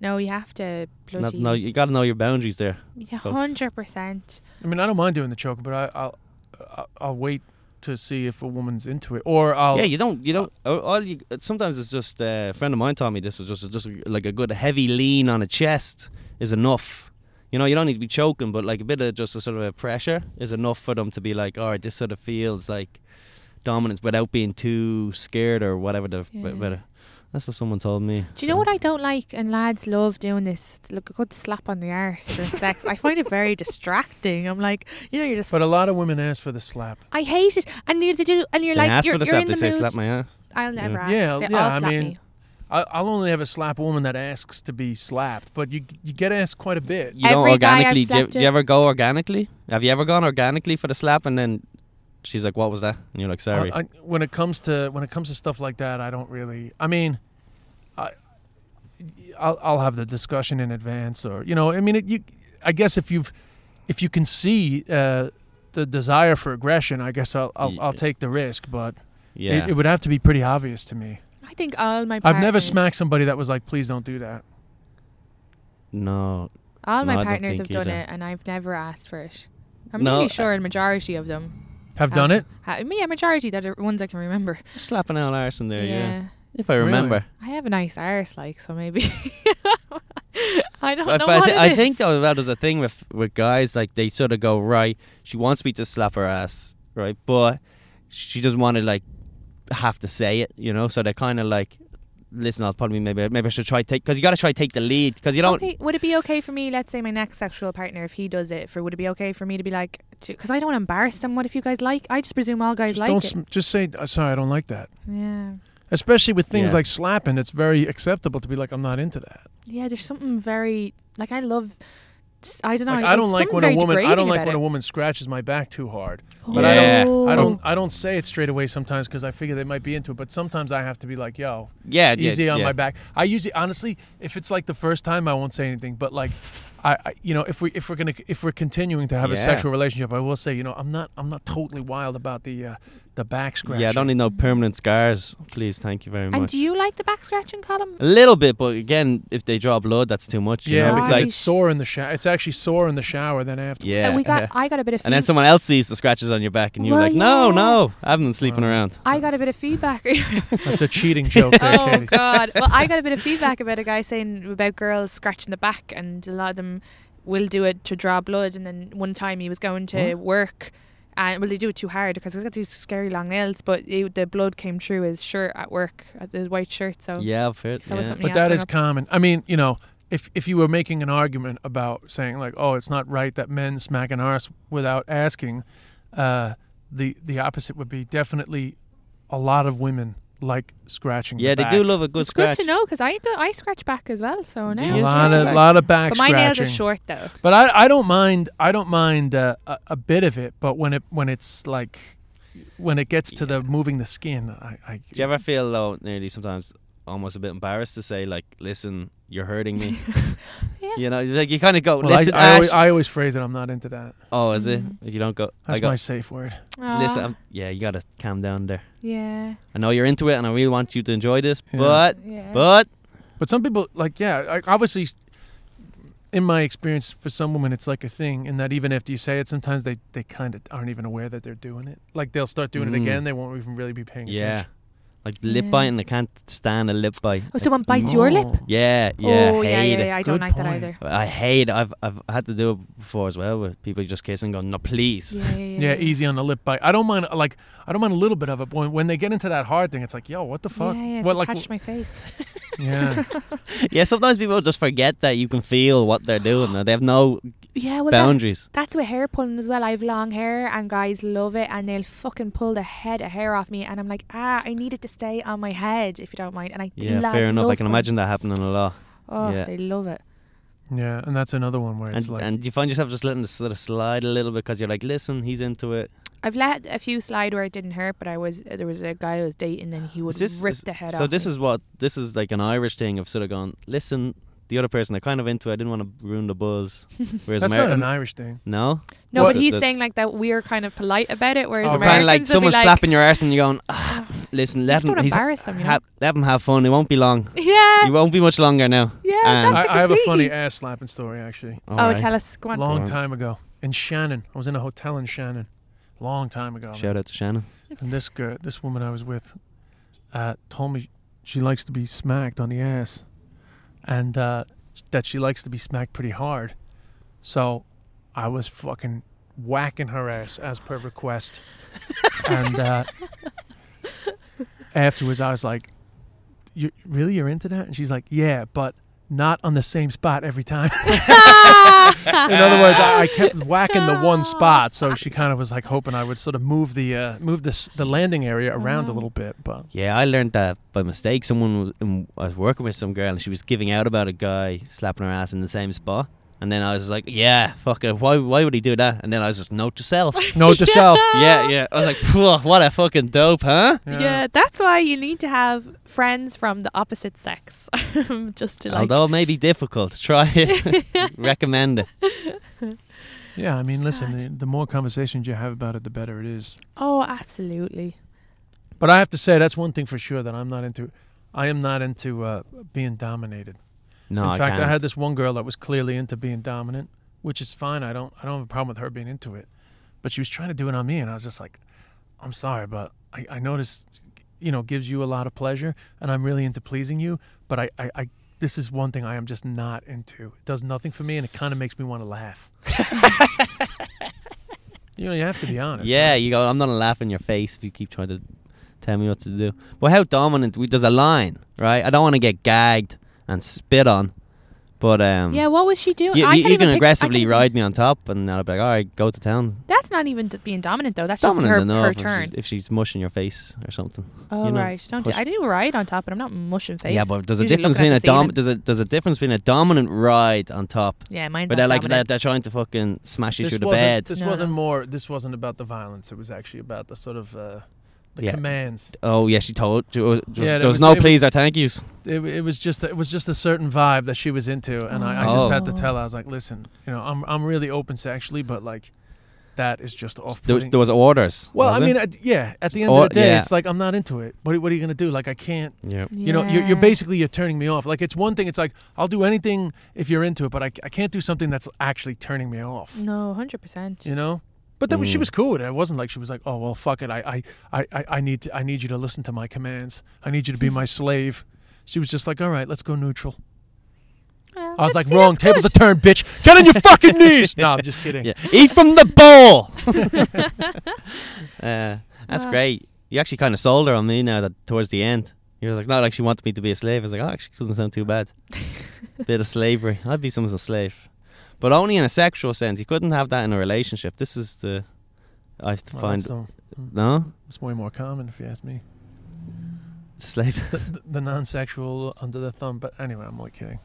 S2: no, you have to
S6: No,
S2: bloody,
S6: no, you got to know your boundaries there.
S2: yeah,
S6: folks.
S2: hundred percent.
S5: I mean, I don't mind doing the choking, but I, I'll uh, I'll- I'll wait to see if a woman's into it, or I'll
S6: Yeah, you don't, you don't.
S5: Oh.
S6: All all you sometimes it's just uh, a friend of mine taught me this was just just like a good heavy lean on a chest is enough. You know, you don't need to be choking, but like a bit of just a sort of a pressure is enough for them to be like, all right, this sort of feels like dominance without being too scared or whatever. The
S2: Yeah.
S6: but, that's what someone told me.
S2: Do you know what I don't like? And lads love doing this. Look, a good slap on the arse during sex. I find it very distracting. I'm like, you know, you're just.
S5: But a lot of women ask for the slap.
S2: I hate it. And you're to do, and you're
S6: They
S2: like,
S6: ask
S2: you're,
S6: for the
S2: you're
S6: slap.
S2: in
S6: They
S2: the
S6: say
S2: mood.
S6: slap my ass.
S2: I'll never ask.
S5: Yeah,
S2: they
S5: yeah,
S2: all
S5: I
S2: slap
S5: mean-
S2: me.
S5: I, I'll only ever slap a woman that asks to be slapped, but you you get asked quite a bit.
S6: You don't
S2: Every guy I've
S6: organically. Do you,
S2: slapped
S6: do you
S2: it-
S6: ever go organically? Have you ever gone organically for the slap and then she's like, "What was that?" And you're like, "Sorry."
S5: I, I, when it comes to when it comes to stuff like that, I don't really. I mean, I, I'll I'll have the discussion in advance, or you know, I mean, it, you. I guess if you've if you can see uh, the desire for aggression, I guess I'll I'll, I'll
S6: Yeah.
S5: take the risk. But
S6: Yeah.
S5: it, it would have to be pretty obvious to me.
S2: I think all my
S5: I've never
S2: partners-
S5: smacked somebody that was like, "Please don't do that."
S6: no.
S2: All my
S6: No, I don't
S2: partners have
S6: think
S2: done
S6: either.
S2: it, and I've never asked for it. I'm
S6: No,
S2: really
S6: uh,
S2: sure a majority of them.
S5: Have done it.
S2: I mean, yeah, majority that are ones I can remember.
S6: Slapping Al Arson there, yeah.
S2: yeah.
S6: If I remember.
S2: I have a nice arse, like so maybe. I don't
S6: But
S2: know
S6: I,
S2: what
S6: thi-
S2: it
S6: I think
S2: is.
S6: though that is a thing with with guys like they sort of go right. She wants me to slap her ass, right? But she doesn't want to like have to say it, you know. So they're kind of like, listen, I'll probably maybe maybe I should try take because you got to try take the lead because you don't.
S2: Okay, would it be okay for me? Let's say my next sexual partner, if he does it, for would it be okay for me to be like, because I don't embarrass them. What if you guys like? I just presume all guys
S5: Just
S2: like
S5: don't.
S2: it.
S5: Sm- just say, "Uh, "Sorry, I don't like that."
S2: yeah,
S5: Especially with things
S6: Yeah.
S5: like slapping, it's very acceptable to be like, "I'm not into that."
S2: yeah. There's something very like I love. I don't know.
S5: Like,
S2: there's
S5: I don't like
S2: something
S5: when a
S2: very
S5: woman. I don't
S2: degrading
S5: like
S2: about
S5: when
S2: it.
S5: a woman scratches my back too hard.
S6: But
S5: I
S6: Yeah.
S5: don't. I
S2: Oh.
S5: don't. I don't say it straight away sometimes because I figure they might be into it. But sometimes I have to be like, "Yo,
S6: Yeah, yeah,
S5: easy on
S6: yeah.
S5: my back." I usually, honestly, if it's like the first time, I won't say anything. But like, I, I you know, if we if we're gonna if we're continuing to have a
S6: Yeah.
S5: sexual relationship, I will say, you know, I'm not I'm not totally wild about the uh, the back scratch.
S6: Yeah, I don't need no permanent scars, please. Thank you very
S2: And
S6: much.
S2: do you like the back scratching column?
S6: a little bit, but again, if they draw blood, that's too much. You
S5: Yeah,
S6: know?
S2: Why?
S5: because
S6: Like,
S5: it's sore in the shower. It's actually sore in the shower. Then after.
S6: yeah.
S2: we got.
S6: yeah.
S2: I got a bit of.
S6: and then
S2: feed-
S6: someone else sees the scratches on your back, and you're
S2: Well,
S6: like, no,
S2: yeah.
S6: no, I haven't been sleeping
S5: Wow.
S6: around.
S2: I got a bit of feedback.
S5: That's a cheating joke, there,
S2: oh
S5: Katie.
S2: God! Well, I got a bit of feedback about a guy saying about girls scratching the back, and a lot of them will do it to draw blood. And then one time he was going to work, and well, they do it too hard because he's got these scary long nails. But it, the blood came through his shirt at work, at his white shirt. So
S6: Yeah, I've heard.
S2: That was
S6: yeah.
S2: something-
S5: But
S2: Yeah,
S5: that
S2: fair
S5: is
S2: enough.
S5: common. I mean, you know, if if you were making an argument about saying like, oh, it's not right that men smack an arse without asking, uh, the the opposite would be definitely a lot of women like scratching. the
S6: Yeah, they
S5: back.
S6: do love a good
S2: it's
S6: scratch.
S2: good to know because I go, I scratch back as well. So
S6: Do
S2: now
S5: A
S6: you
S5: lot of
S6: Back.
S5: lot of back
S2: but my nails
S5: scratching.
S2: are short though.
S5: But I, I don't mind I don't mind uh, a, a bit of it. But when it when it's like when it gets to the moving the skin, I, I
S6: Do you ever feel though, nearly sometimes almost a bit embarrassed to say like, "Listen, you're hurting me." You know, like you kind of go,
S5: well, I,
S6: "Listen,
S5: I, always,
S6: Ash."
S5: I always phrase it. I'm not into that.
S6: oh, is it?
S2: Mm-hmm.
S6: If you don't go,
S5: That's
S6: I go.
S5: my safe word.
S6: Listen,
S2: Aw,
S6: I'm- yeah, you gotta calm down there.
S2: yeah,
S6: I know you're into it, and I really want you to enjoy this,
S5: Yeah.
S6: but,
S2: yeah.
S6: but
S5: But some people like yeah, like obviously in my experience for some women it's like a thing in that even after you say it sometimes they they kind of aren't even aware that they're doing it. Like they'll start doing it
S6: Mm.
S5: again, they won't even really be paying
S6: yeah,
S5: attention.
S6: like lip
S2: Yeah.
S6: biting. I can't stand a lip bite.
S2: Oh, someone bites your lip.
S5: Oh.
S6: Yeah, yeah,
S2: oh
S6: hate
S2: yeah, yeah,
S6: it.
S2: yeah. I don't
S5: Good
S2: like that
S5: point.
S2: either.
S6: I hate. I've I've had to do it before as well, with people just kissing, going, "No, please."
S2: Yeah, yeah,
S5: Yeah,
S2: yeah.
S5: easy on the lip bite. I don't mind like I don't mind a little bit of it. But when, when they get into that hard thing, it's like, yo, what the fuck?
S2: Yeah, yeah, it's
S5: what like
S2: attached to my face.
S5: yeah.
S6: Yeah, sometimes people just forget that you can feel what they're doing. and They have no
S2: Yeah, well, that-
S6: boundaries.
S2: That's with hair pulling as well. I have long hair, and guys love it, and they'll fucking pull the head of hair off me, and I'm like, ah, I need it to stay on my head, if you don't mind. And I
S6: Yeah,
S2: lads
S6: fair enough. I
S2: love
S6: can
S2: them.
S6: imagine that happening a lot.
S2: Oh,
S6: yeah.
S2: they love it.
S5: Yeah, and that's another one where it's
S6: And,
S5: like
S6: and you find yourself just letting it sort of slide a little bit because you're like, listen, he's into it.
S2: I've let a few slide where it didn't hurt, but I was there was a guy I was dating, and he would
S6: Is this-
S2: rip
S6: is-
S2: the head off.
S6: so this
S2: me.
S6: is what this is like an Irish thing of sort of going, listen, the other person they're kind of into. it. I didn't want to ruin the buzz. Whereas
S5: that's not
S6: Ameri-
S5: an Irish thing.
S6: no,
S2: no,
S6: what-
S2: but he's
S6: the-
S2: saying like that we're kind of polite about it, whereas
S5: Oh,
S6: We're
S2: Americans
S6: kind of like
S2: will be
S6: someone
S2: like,
S6: slapping your ass and you're going, ah, listen, let
S2: just
S6: him,
S2: don't
S6: he's,
S2: embarrass them, you know?
S6: ha- let him have fun. It won't be long. It
S2: Yeah,
S6: won't be much longer now.
S2: yeah.
S6: and-
S2: that's
S5: I, I have a
S2: completely-
S5: funny ass slapping story actually.
S2: Oh,
S6: Alright.
S2: tell us, go on.
S5: Long
S6: Right.
S5: time ago in Shannon, I was in a hotel in Shannon. Long time ago. man.
S6: Shout out to Shannon.
S5: And this girl, uh, this woman I was with, uh, told me she likes to be smacked on the ass, and uh, that she likes to be smacked pretty hard. So, I was fucking whacking her ass as per request, and uh, afterwards I was like, "You really you're into that?" And she's like, "Yeah, but." Not on the same spot every time. In other words, I, I kept whacking the one spot, so she kind of was like hoping I would sort of move the uh, move this the landing area around a little bit. But
S6: Yeah, I learned that by mistake. Someone was, um, I was working with some girl, and she was giving out about a guy slapping her ass in the same spot. And then I was like, "Yeah, fuck it. Why? Why would he do that?" And then I was just, "Note to self."
S5: note to self.
S6: yeah, yeah. I was like, "Phew, "What a fucking dope, huh?"
S2: Yeah. that's why you need to have friends from the opposite sex, just to like.
S6: Although it may be difficult, try it. Recommend it.
S5: Yeah, I mean, listen,
S2: God.
S5: the, the more conversations you have about it, the better it is.
S2: Oh, absolutely.
S5: But I have to say, that's one thing for sure that I'm not into. I am not into uh, being dominated.
S6: No,
S5: In
S6: I
S5: fact,
S6: can't.
S5: I had this one girl that was clearly into being dominant, which is fine. I don't, I don't have a problem with her being into it, but she was trying to do it on me, and I was just like, I'm sorry, but I, I notice, you know, gives you a lot of pleasure, and I'm really into pleasing you, but I, I, I this is one thing I am just not into. It does nothing for me, and it kind of makes me want to laugh. you know, you have to be honest.
S6: yeah,
S5: right?
S6: you go. I'm not gonna laugh in your face if you keep trying to tell me what to do. But how dominant? We, there's a line, right? I don't want to get gagged and spit on, but um,
S2: Yeah, what was she doing?
S6: you,
S2: I
S6: you,
S2: can't
S6: you can
S2: pict- I
S6: aggressively
S2: can't even-
S6: ride me on top, and I'll be like, all right, go to town.
S2: That's not even d- being dominant though. That's
S6: Dominant
S2: just her,
S6: enough
S2: her
S6: if she's-
S2: turn.
S6: If, she's mushing your face or something.
S2: Oh
S6: you know,
S2: right, don't. Do,
S6: push-
S2: I do ride on top, but I'm not mushing face.
S6: Yeah, but there's a
S2: Usually
S6: difference
S2: looking
S6: between
S2: at
S6: a
S2: the ceiling.
S6: dom- there's a there's a difference between a dominant ride on top,
S2: Yeah, mine's
S6: but
S2: not
S6: they're like they're,
S2: dominant.
S6: they're trying to fucking smash you
S5: this
S6: through the
S5: wasn't,
S6: bed.
S5: This
S2: No,
S5: wasn't
S2: no.
S5: more. This wasn't about the violence. It was actually about the sort of uh, the
S6: Yeah.
S5: commands.
S6: Oh yeah, she told. There was,
S5: Yeah, that
S6: there was
S5: was-
S6: no
S5: it was-
S6: please or thank yous.
S5: It, it was just it was just a certain vibe that she was into, and I, I just
S6: Oh.
S5: had to tell. her, I was like, listen, you know, I'm I'm really open sexually, but like, that is just off.
S6: There, was- there was orders.
S5: well, I
S6: was
S5: mean,
S6: it?
S5: at, yeah. At the end
S6: Or-
S5: of the day,
S6: yeah.
S5: it's like I'm not into it. What, are- what are you gonna do? Like, I can't.
S6: yeah.
S5: You know, you're,
S2: Yeah.
S5: you're basically you're turning me off. Like, it's one thing. It's like I'll do anything if you're into it, but I, I can't do something that's actually turning me off.
S2: No, hundred percent.
S5: you know but that was, she
S6: Mm.
S5: was cool with it. It wasn't like she was like, "Oh well, fuck it. I, I, I- I, I need to, I need you to listen to my commands. I need you to be my slave." She was just like, "All right, let's go neutral." I was like, "Wrong. Tables are turned, bitch. Get on your fucking knees." No, I'm just kidding.
S6: Yeah. Eat from the bowl. uh, that's
S2: Wow.
S6: great. You actually kind of sold her on me now that towards the end. You was like, not like she wanted me to be a slave. I was like, oh, actually, doesn't sound too bad. Bit of slavery. I'd be someone's a slave, but only in a sexual sense. You couldn't have that in a relationship. This is the I have to
S5: Well,
S6: find
S5: that's, the,
S6: no
S5: that's way more common, if you ask me.
S6: slave.
S5: The, the, the non-sexual under the thumb. But anyway, I'm only kidding.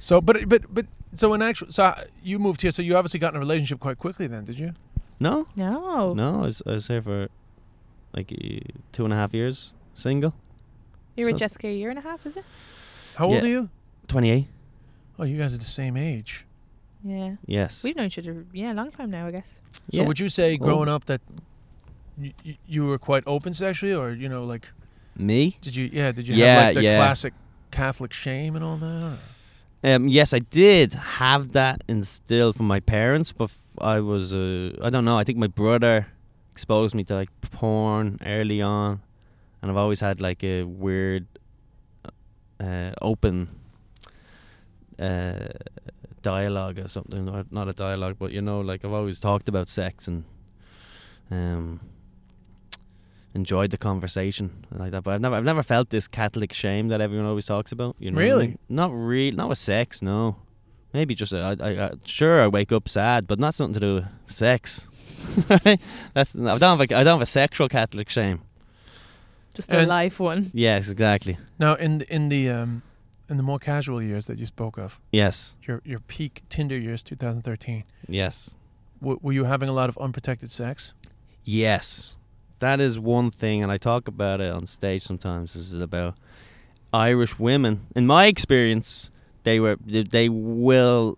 S5: So, but, but, but, so in actual, so you moved here. So you obviously got in a relationship quite quickly, then, did you?
S6: No,
S5: Oh.
S2: No.
S6: no. I was, I was here for like eh, two and a half years, single.
S2: You were with
S6: So-
S2: Jessica a year and a half, is it?
S5: How old
S6: Yeah.
S5: are you?
S6: Twenty-eight.
S5: Oh, you guys are the same age.
S2: Yeah.
S6: Yes.
S2: We've known each other, yeah, a long time now, I guess.
S5: So
S6: Yeah.
S5: would you say
S6: Well-
S5: growing up that you, you were quite open sexually, or you know, like
S6: me?
S5: did you? Yeah, did you
S6: Yeah,
S5: have like the
S6: yeah.
S5: classic Catholic shame and all that?
S6: Um, yes, I did have that instilled from my parents, but f- I was, uh, I don't know, I think my brother exposed me to like porn early on, and I've always had like a weird, uh, open uh, dialogue or something, or not a dialogue, but you know, like I've always talked about sex and um, enjoyed the conversation and like that. But I've never, I've never felt this Catholic shame that everyone always talks about. You know, what I
S5: Really?
S6: mean? Not real, not with sex. No, maybe just uh, I, I, I, sure I wake up sad, but not something to do with sex. That's I don't have a, I don't have a sexual Catholic shame.
S2: Just
S5: a
S2: a
S5: And-
S2: life one.
S6: Yes, exactly.
S5: Now, in the, in the um, in the more casual years that you spoke of,
S6: Yes,
S5: your your peak Tinder years, 2013,
S6: yes.
S5: w- were you having a lot of unprotected sex?
S6: Yes, that is one thing, and I talk about it on stage sometimes. Is about Irish women? In my experience, they were they- they will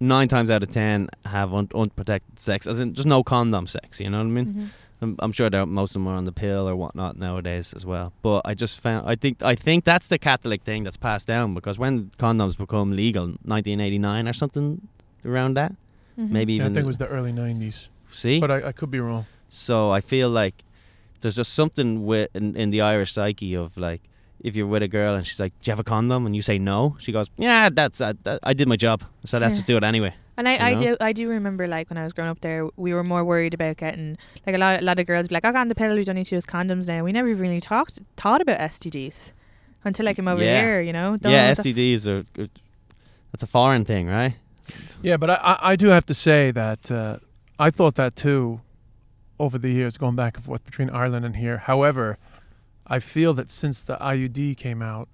S6: nine times out of ten have un- unprotected sex, as in just no condom sex. You know what I
S2: Mm-hmm.
S6: mean? I'm, I'm sure that most of them are on the pill or whatnot nowadays as well. But I just found I think I think that's the Catholic thing that's passed down because when condoms become legal, 1989 or something around that,
S2: Mm-hmm.
S6: maybe
S5: Yeah, I
S6: even
S5: think it was the early 90s,
S6: see.
S5: but I, I could be wrong.
S6: So I feel like there's just something with in, in the Irish psyche of like if you're with a girl and she's like, "Do you have a condom?" and you say no, she goes, "Yeah, that's uh, that, I did my job, so that's to do it anyway."
S2: And I, I
S6: You know?
S2: do I do remember like when I was growing up there we were more worried about getting like a lot a lot of girls be like I got on the pill we don't need to use condoms now we never even really talked thought about STDs until I came over
S6: Yeah.
S2: here you know Don't-
S6: yeah,
S2: that's-
S6: STDs are uh, that's a foreign thing, right?
S5: Yeah, but I, I, I do have to say that uh, I thought that too over the years, going back and forth between Ireland and here. However, I feel that since the IUD came out,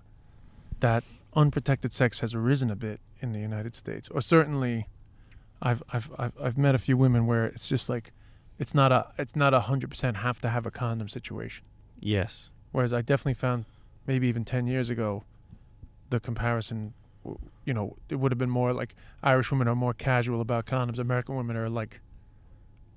S5: that unprotected sex has risen a bit in the United States, or certainly, I've I've I've, I've met a few women where it's just like, it's not a it's not a hundred percent have to have a condom situation.
S6: Yes.
S5: Whereas I definitely found maybe even ten years ago, the comparison
S1: w- you know, it would have been more like Irish women are more casual about condoms. American women are like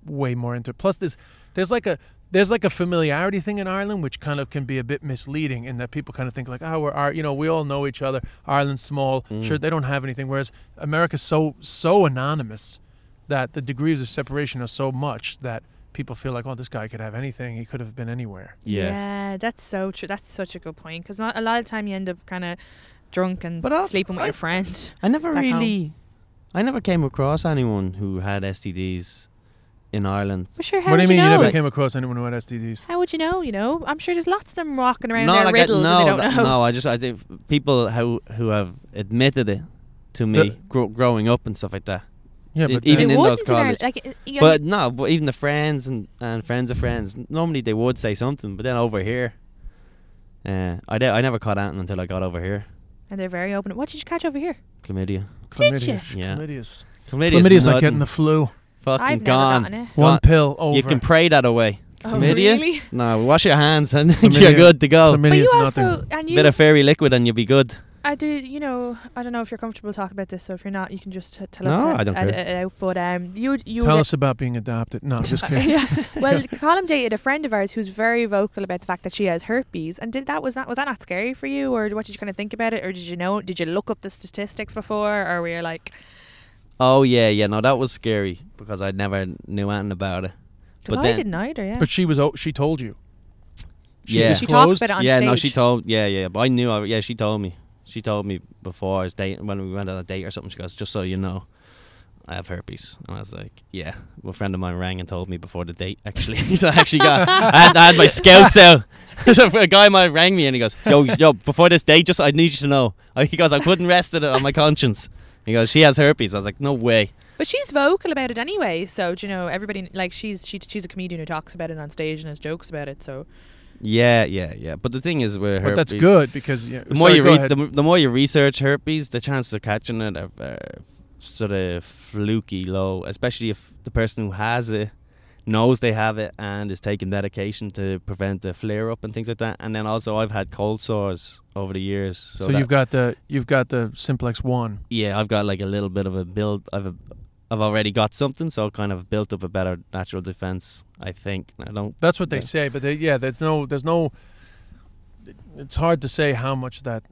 S1: way more into. Plus, there's there's like a there's like a familiarity thing in Ireland, which kind of can be a bit misleading, in that people kind of think like, oh, we're Ar-, you know, we all know each other. Ireland's small, sure, they don't have anything. Whereas America's so so anonymous that the degrees of separation are so much that people feel like, oh, this guy could have anything. He could have been anywhere.
S6: Yeah.
S2: that's so true. That's such a good point because a lot of time you end up kind of drunk and
S6: But also-
S2: sleeping with
S6: I-
S2: your friend.
S6: I never
S2: Back home.
S6: really, I never came across anyone who had STDs in Ireland.
S2: But sure, how
S1: what do you
S2: would
S1: mean you
S2: know?
S1: never came across anyone who had STDs?
S2: how would you know? You know, I'm sure there's lots of them rocking around
S6: No,
S2: there
S6: like I-
S2: riddled
S6: no,
S2: and they don't
S6: that-
S2: know.
S6: no. I just I think people who who have admitted it to me
S1: The-
S6: gro- growing up and stuff like that.
S1: Yeah,
S6: E-
S1: but
S6: even
S1: then-
S6: in those
S2: Ireland,
S6: college.
S2: like, uh, you know,
S6: But no, but even the friends and, and friends of friends, normally they would say something, but then over here, uh, I de- I never caught anything until I got over here.
S2: and they're very open. What did you catch over here?
S6: Chlamydia.
S1: chlamydia.
S6: ya? Yeah.
S1: Chlamydia's.
S6: Chlamydia's,
S1: Chlamydia's like
S6: nothing.
S1: getting the flu.
S6: fucking
S2: I've never
S6: gone.
S2: gotten it.
S6: Gone.
S1: One pill over.
S6: You can pray that away.
S2: Oh,
S6: Chlamydia?
S2: really?
S6: No, wash your hands and
S1: Chlamydia.
S6: you're good to go.
S2: But you
S1: Chlamydia's
S2: also
S1: nothing.
S2: and you
S6: Bit of fairy liquid and you'll be good.
S2: I do, you know, I don't know if you're comfortable talking about this, so if you're not, you can just t- tell
S6: No,
S2: us to
S6: I don't
S2: edit
S6: care.
S2: it out. But um, you would- you
S1: Tell
S2: would-
S1: us about being adopted. No, I'm just kidding.
S2: yeah. Well, Colum dated a friend of ours who's very vocal about the fact that she has herpes, and did that was that was that not scary for you, or what did you kind of think about it, or did you know, did you look up the statistics before, or were you like,
S6: Oh yeah, yeah. No, that was scary because I never knew anything about it.
S2: because
S6: But
S2: I
S6: then-
S2: didn't either, yeah.
S1: But she was. o- She told you. She
S6: Yeah.
S2: she
S1: disclosed?
S2: talks about it on
S6: yeah,
S2: stage.
S6: no, she told. Yeah, yeah. But I knew. I, yeah, she told me. She told me before I was dating when we went on a date or something. She goes, "Just so you know, I have herpes." And I was like, "Yeah." Well, a friend of mine rang and told me before the date. Actually, so I actually got. I, had, I had my scouts out. So a guy might rang me and he goes, "Yo, yo, before this date, just I need you to know." Uh, He goes, "I couldn't rest it on my conscience." He goes, "She has herpes." I was like, "No way."
S2: But she's vocal about it anyway, so do you know everybody like she's she, she's a comedian who talks about it on stage and has jokes about it. So
S6: Yeah, yeah, yeah. But the thing is, with
S1: But that's
S6: herpes-
S1: good because yeah,
S6: the more
S1: sorry,
S6: you
S1: go
S6: re-
S1: ahead.
S6: the, m- the more you research herpes, the chances of catching it are, are sort of fluky low, especially if the person who has it knows they have it and is taking medication to prevent the flare up and things like that. And then also, I've had cold sores over the years. So,
S1: so
S6: that-
S1: you've got the you've got the simplex one.
S6: yeah, I've got like a little bit of a build. I've a, I've already got something, so kind of built up a better natural defense. I think I don't.
S1: That's what they
S6: Yeah.
S1: say. But they, yeah, there's no there's no. It's hard to say how much that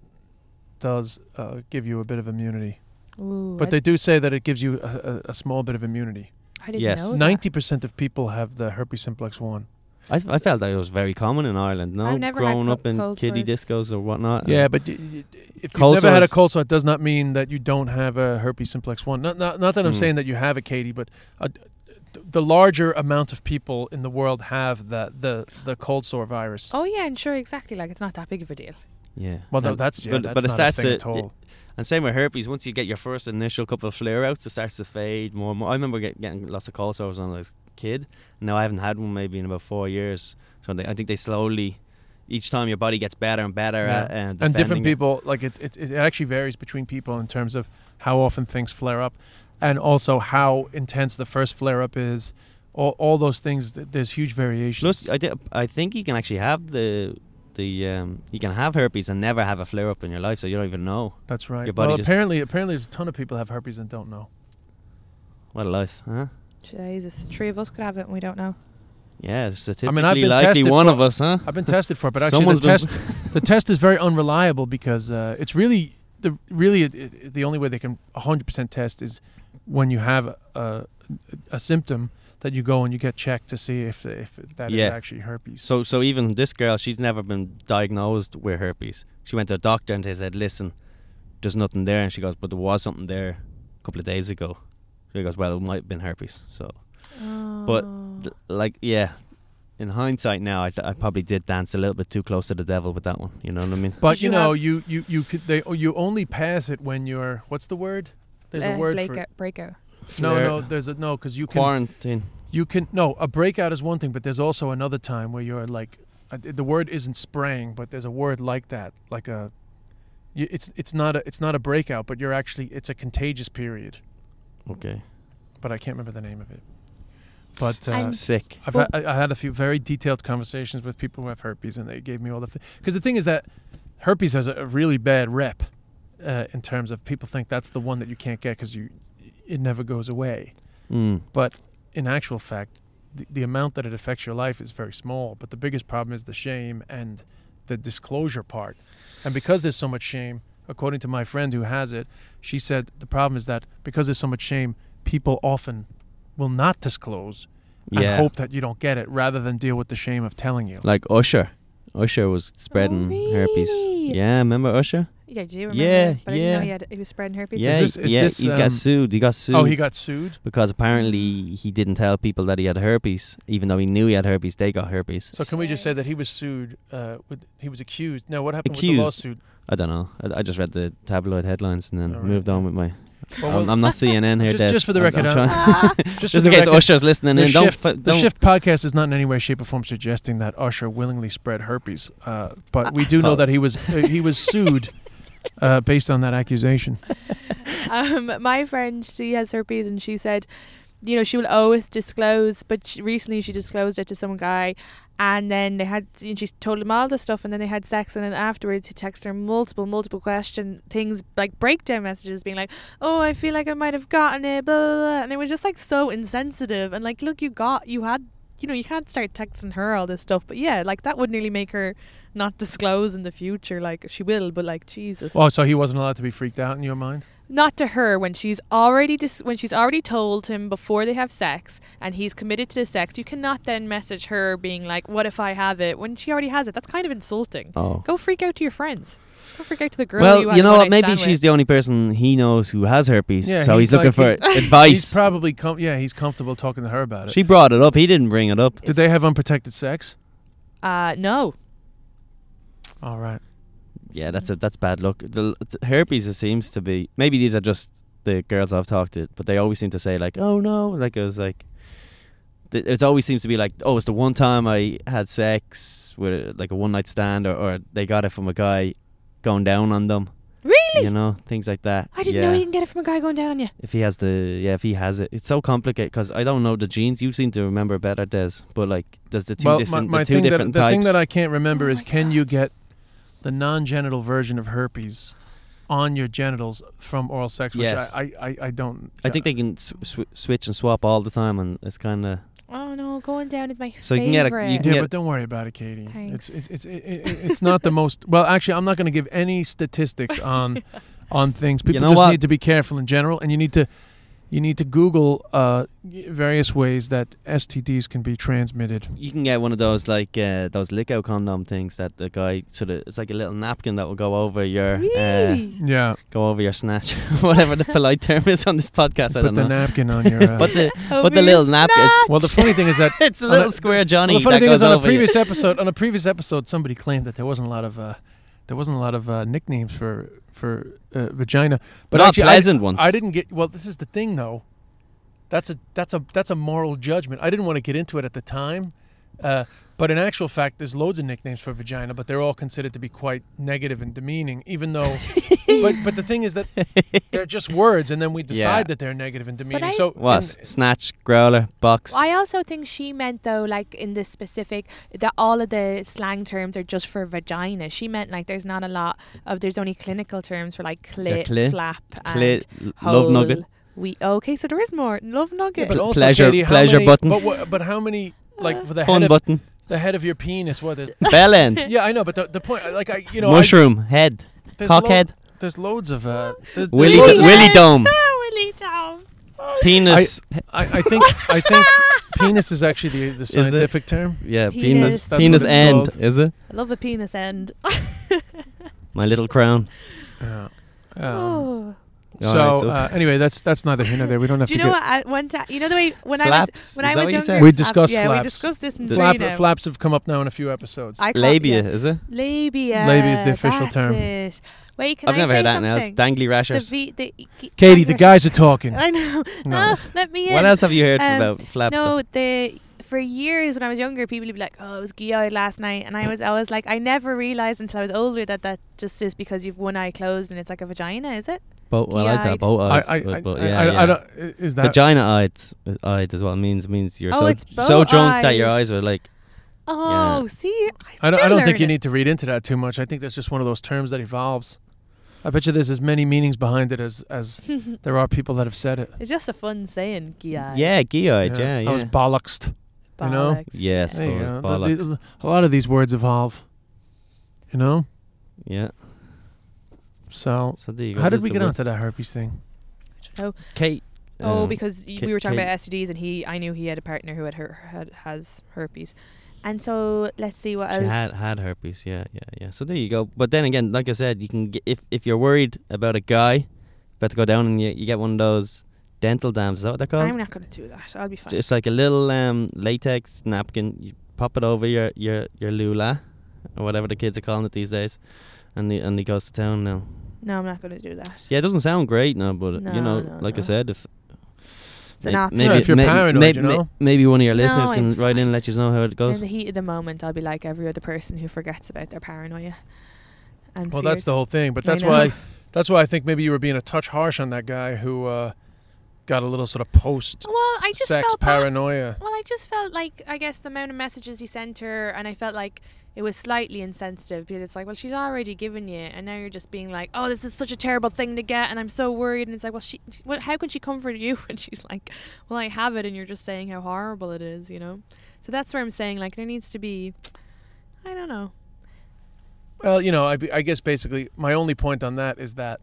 S1: does uh, give you a bit of immunity,
S2: Ooh,
S1: but
S2: I,
S1: they do say that it gives you a, a, a small bit of immunity.
S2: I didn't
S6: Yes.
S2: know that.
S1: Ninety percent of people have the herpes simplex one.
S6: I, I felt that it was very common in Ireland. No,
S2: I've never had
S6: growing
S2: co-
S6: up in
S2: cold
S6: kiddie discos or whatnot.
S1: Yeah, but y- y- Uh, if
S6: Cold
S1: you've never had a
S6: sores-
S1: cold sore, it does not mean that you don't have a herpes simplex one. Not not, not that I'm
S6: Mm.
S1: saying that you have it, Katie, but uh, th- the larger amount of people in the world have the the, the cold sore virus.
S2: Oh yeah, and sure, exactly. Like it's not that big of a deal.
S6: Yeah.
S1: Well, no,
S6: And-
S1: that's yeah,
S6: but-
S1: that's
S6: but
S1: not
S6: it
S1: a
S6: starts
S1: thing
S6: to-
S1: at all.
S6: And same with herpes. Once you get your first initial couple of flare outs, it starts to fade more and more. I remember get, getting lots of cold sores when I was a kid. Now I haven't had one maybe in about four years. So they, I think they slowly, each time your body gets better and better
S1: Yeah.
S6: at uh, defending
S1: and different
S6: it.
S1: people like it, it it actually varies between people in terms of how often things flare up and also how intense the first flare up is all, all those things th- there's huge variations
S6: Plus, I, di- I think you can actually have the the um, you can have herpes and never have a flare up in your life, so you don't even know.
S1: that's right
S6: your body
S1: well
S6: just-
S1: apparently apparently there's a ton of people have herpes and don't know
S6: What a life, huh?
S2: Jesus, three of us could have it, and we don't know.
S6: Yeah, statistically
S1: been
S6: likely
S1: tested
S6: one
S1: for-
S6: of us, huh?
S1: i've been tested for it but actually the
S6: Someone's been-
S1: test the test is very unreliable because uh, it's really the really it, it, the only way they can 100% test is when you have a, a, a symptom that you go and you get checked to see if if that is
S6: Yeah.
S1: actually herpes
S6: So, so even this girl, she's never been diagnosed with herpes. She went to a doctor and they said, "Listen, there's nothing there." And she goes, "But there was something there a couple of days ago." She goes, "Well, it might have been herpes." So, But
S1: Oh.
S6: th- like, yeah, in hindsight now, I, th- I probably did dance a little bit too close to the devil with that one. You know what I mean?
S1: But
S2: Did
S1: you,
S2: you
S1: know,
S2: have-
S1: you you you could they oh, you only pass it when you're what's the word? There's
S2: Uh,
S1: a word for it.
S2: breakout.
S1: no
S6: Flare-
S1: no. There's a no because you can
S6: quarantine.
S1: you can no a breakout is one thing, but there's also another time where you're like uh, the word isn't spraying, but there's a word like that, like a you, it's it's not a it's not a breakout, but you're actually it's a contagious period,
S6: Okay.
S1: but I can't remember the name of it. But
S6: S-
S1: uh,
S2: I'm-
S6: sick.
S1: I've had, I I had a few very detailed conversations with people who have herpes, and they gave me all the because the thing is that herpes has a, a really bad rep uh, in terms of people think that's the one that you can't get because you it never goes away.
S6: Mm.
S1: But in actual fact, the, the amount that it affects your life is very small. But the biggest problem is the shame and the disclosure part. And because there's so much shame, according to my friend who has it, she said the problem is that because there's so much shame, people often will not disclose
S6: Yeah.
S1: and hope that you don't get it rather than deal with the shame of telling you.
S6: Like Usher. Usher was spreading herpes.
S8: really?
S6: Yeah, remember Usher?
S2: Yeah, do you remember?
S6: Yeah,
S2: that? but I didn't know
S6: yeah.
S2: he, had, he was spreading herpes.
S6: yeah,
S1: this- is
S6: yeah.
S1: this,
S6: he got
S1: um,
S6: sued. He got sued.
S1: oh, he got sued?
S6: because
S1: Mm.
S6: apparently he didn't tell people that he had herpes, even though he knew he had herpes. They got herpes.
S1: So can we just say that he was sued? Uh, with, he was accused. No, what happened with
S6: Accused.
S1: the lawsuit?
S6: I don't know. I, I just read the tabloid headlines and then
S1: All right.
S6: moved on with my.
S1: Well,
S6: I'm,
S1: we'll-
S6: I'm not CNN here,
S1: Ju-
S6: Des.
S1: just for the
S6: I'm-
S1: record,
S6: I'm
S1: um,
S6: trying-
S1: just,
S6: just
S1: for
S6: in
S1: the
S6: case
S1: record,
S6: Usher's listening
S1: the
S6: in, don't
S1: shift,
S6: fi-
S1: the
S6: don't
S1: shift podcast is not in any way, shape, or form suggesting that Usher willingly spread herpes, uh, but we do know
S6: Oh.
S1: that he was uh, he was sued uh, based on that accusation.
S2: um, my friend, she has herpes, and she said, you know, she will always disclose. But she, recently, she disclosed it to some guy, and then they had, and she told him all the stuff, and then they had sex, and then afterwards, he texted her multiple, multiple question things like breakdown messages, being like, "Oh, I feel like I might have gotten it," blah, blah, blah. and it was just like so insensitive, and like, look, you got, you had. You know, you can't start texting her all this stuff, but yeah, like that would nearly make her not disclose in the future. Like she will, but like Jesus
S1: Oh, so he wasn't allowed to be freaked out in your mind?
S2: not to her when she's already dis- when she's already told him before they have sex and he's committed to the sex you cannot then message her being like what if i have it when she already has it that's kind of insulting
S6: Oh.
S2: go freak out to your friends go freak out to the girl
S6: Well,
S2: you,
S6: you,
S2: had a
S6: know what?
S2: one-night
S6: Maybe
S2: stand
S6: she's
S2: with.
S6: the only person he knows who has herpes,
S1: Yeah,
S6: so he's,
S1: he's
S6: looking
S1: like-
S6: for
S1: He's
S6: advice.
S1: probably com- yeah, he's comfortable talking to her about it.
S6: she brought it up. He didn't bring it up.
S1: Did they have unprotected sex?
S2: uh no
S1: All right.
S6: Yeah, that's a that's bad luck. The, the herpes it seems to be. Maybe these are just the girls I've talked to, but they always seem to say like, "Oh no," like it was like. th- It always seems to be like, "Oh, it's the one time I had sex with a- like a one night stand, or, or they got it from a guy going down on them."
S2: really
S6: You know, things like that.
S2: i didn't
S6: yeah.
S2: know you can get it from a guy going down on you
S6: If he has the yeah, if he has it, it's so complicated because I don't know the genes. You seem to remember better, Des. But like, there's the two
S1: well, my,
S6: different,
S1: my
S6: the two
S1: thing that,
S6: different
S1: the
S6: types.
S1: thing that I can't remember
S2: Oh
S1: is
S2: my
S1: can
S2: God.
S1: you get the non-genital version of herpes on your genitals from oral sex? Which
S6: Yes.
S1: I, I, I, I don't.
S6: I think they can sw- sw- switch and swap all the time, and it's kind of
S2: oh no going down is my
S6: So you
S2: favorite
S6: can get a- you can
S1: Yeah,
S6: Yeah.
S1: but don't worry about it, Katie.
S2: Thanks.
S1: It's it's it's it, it, it's not the most. Well, actually, I'm not going to give any statistics on on things. People
S6: know
S1: just
S6: what?
S1: need to be careful in general, and you need to you need to Google uh, various ways that STDs can be transmitted.
S6: you can get one of those like uh, those lick out condom things that the guy sort of it's like a little napkin that will go over your uh,
S2: Really?
S1: Yeah,
S6: go over your snatch, whatever the polite term is on this podcast. I
S1: put
S6: don't
S1: the
S6: know.
S1: napkin on your. Uh,
S6: but the
S2: Over
S6: but the
S2: your
S6: little napkin.
S2: snatch.
S1: well, the funny thing is that.
S6: It's a
S1: On
S6: little
S1: a-
S6: square Johnny
S1: Well, the funny
S6: that
S1: thing
S6: goes
S1: is on a
S6: over you.
S1: previous episode. On a previous episode, somebody claimed that there wasn't a lot of uh, there wasn't a lot of uh, nicknames for for uh, vagina. But
S6: Not
S1: actually, I-
S6: pleasant ones.
S1: I didn't get. Well, this is the thing, though. That's a that's a that's a moral judgment. I didn't want to get into it at the time, uh, but in actual fact, there's loads of nicknames for vagina, but they're all considered to be quite negative and demeaning. Even though, but but the thing is that they're just words, and then we decide
S6: Yeah.
S1: that they're negative and demeaning.
S2: I-
S1: so
S6: What
S1: and-
S6: snatch growler box?
S2: I also think she meant though, like in this specific, that all of the slang terms are just for vagina. She meant like there's not a lot of there's only clinical terms for like clit,
S6: clit,
S2: flap,
S6: Clit,
S2: and
S6: love
S2: hole.
S6: nugget.
S2: We okay, so there is more love nugget.
S1: but
S6: Pl-
S1: also,
S6: pleasure-
S1: Katie, how
S6: pleasure
S1: many-
S6: button.
S1: But what, but how many like for the
S6: Fun
S1: head of,
S6: button.
S1: the head of your penis? What is?
S6: Bell end.
S1: Yeah, I know, but the, the point, like I, you know, I-
S6: Mushroom head.
S1: there's lo-
S6: Cockhead.
S1: there's loads of uh, there's, there's
S6: Willy,
S1: loads
S2: Willy
S1: of-
S6: Willy
S2: head.
S6: dome.
S2: Willy Tom.
S6: Penis.
S1: I, I think I think penis is actually the, the
S6: it?
S1: scientific term.
S6: yeah,
S2: Penis.
S6: penis.
S2: That's
S1: what
S6: Penis
S1: it's
S6: end.
S1: called.
S6: Is it?
S2: I love a penis end.
S6: My little crown.
S1: Yeah. Um,
S2: oh.
S6: All
S1: So
S6: right,
S1: uh, anyway, that's that's neither here nor there. We don't have
S2: Do
S1: to
S2: you know
S1: get
S2: what? I, one time, you know the way when
S6: Flaps?
S2: I was when
S6: Is
S2: I was
S6: that what you
S2: younger.
S6: said?
S1: We
S2: flap-
S1: discussed
S2: yeah,
S1: flaps.
S2: we discussed this in
S6: The-
S2: three
S1: flap,
S2: now.
S1: flaps have come up now in a few episodes.
S2: I call-
S6: labia.
S2: yeah.
S6: Is it?
S2: Labia.
S1: Labia is the official
S2: that's
S1: term.
S2: it. Wait, can
S6: I've
S2: I
S6: never
S2: say
S6: heard that
S2: something?
S6: now. It's dangly
S2: The
S6: rashers.
S2: V, the, g-
S1: Katie, the
S2: Congress-
S1: guys are talking.
S2: I know.
S1: No.
S2: Ah, let me in.
S6: what else have you heard
S2: um,
S6: about flaps?
S2: No, the for years when I was younger, people would be like, "Oh, I was geoid last night," and I was always like, I never realized until I was older that that just is because you've one eye closed and it's like a vagina, is it?
S6: Boat, well, I
S2: Gee-eyed.
S6: thought boat
S1: I,
S6: eyes.
S1: I, I,
S6: but- but
S1: I-
S6: Oh, yeah,
S1: I-
S6: yeah.
S1: I don't. Is that
S6: Vagina eyed, eyed as well means means you're
S2: Oh,
S6: so,
S2: it's boat
S6: so drunk that your
S2: eyes.
S6: eyes are like
S2: Oh, see, I,
S1: I don't,
S2: still
S1: I don't think you
S2: learning.
S1: need to read into that too much. I think that's just one of those terms that evolves. I bet you there's as many meanings behind it as as there are people that have said it.
S4: It's just a fun saying, Gia.
S6: Yeah, geoid. Yeah, yeah.
S1: I was bollocksed. you know?
S4: Bollocks.
S6: Yes.
S1: There you
S6: Bollocks,
S1: go.
S6: bollocks.
S1: The- the- a lot of these words evolve. You know,
S6: yeah.
S1: so
S6: So there you go.
S1: how did
S6: There's
S1: we
S6: the
S1: get
S6: word.
S1: onto that herpes thing?
S6: Kate?
S2: Oh,
S6: um,
S2: because y
S6: Ka-
S2: we were talking
S6: Kate-
S2: about STDs, and he, I knew he had a partner who had her had, has herpes, and so let's see what
S6: She
S2: else.
S6: had had herpes, yeah, yeah, yeah. So there you go. But then again, like I said, you can get, if if you're worried about a guy about to go down and you, you get one of those dental dams. Is that what they're called?
S2: I'm not gonna do that. I'll be fine.
S6: It's like a little um, latex napkin. You pop it over your your your lula, or whatever the kids are calling it these days, and he, and he goes to town now.
S2: no, I'm not gonna do that.
S6: Yeah, it doesn't sound great now, but you
S2: No,
S6: know,
S2: no,
S6: like
S2: no.
S6: I said, if
S2: It's an option.
S1: Yeah, if you're
S6: may-
S1: paranoid,
S6: may-
S1: you
S6: may-
S1: know?
S6: maybe one of your
S2: No,
S6: listeners can
S2: it's
S6: write in
S2: fine.
S6: and let you know how it
S2: In
S6: goes.
S2: the heat of the moment, I'll be like every other person who forgets about their paranoia. And
S1: Well, that's the
S2: fears.
S1: whole thing. But
S2: I
S1: that's
S2: know.
S1: why that's why I think maybe you were being a touch harsh on that guy who uh, got a little sort of post
S2: Well, Oh, I just
S1: sex
S2: felt bad.
S1: paranoia.
S2: Well, I just felt like I guess the amount of messages he sent her, and I felt like it was slightly insensitive because it's like, well, she's already given you, and now you're just being like, oh, this is such a terrible thing to get, and I'm so worried, and it's like, well, she, what, how can she comfort you when she's like, well, I have it, and you're just saying how horrible it is, you know? So that's where I'm saying like there needs to be, I don't know.
S1: Well, you know, I, I guess basically my only point on that is that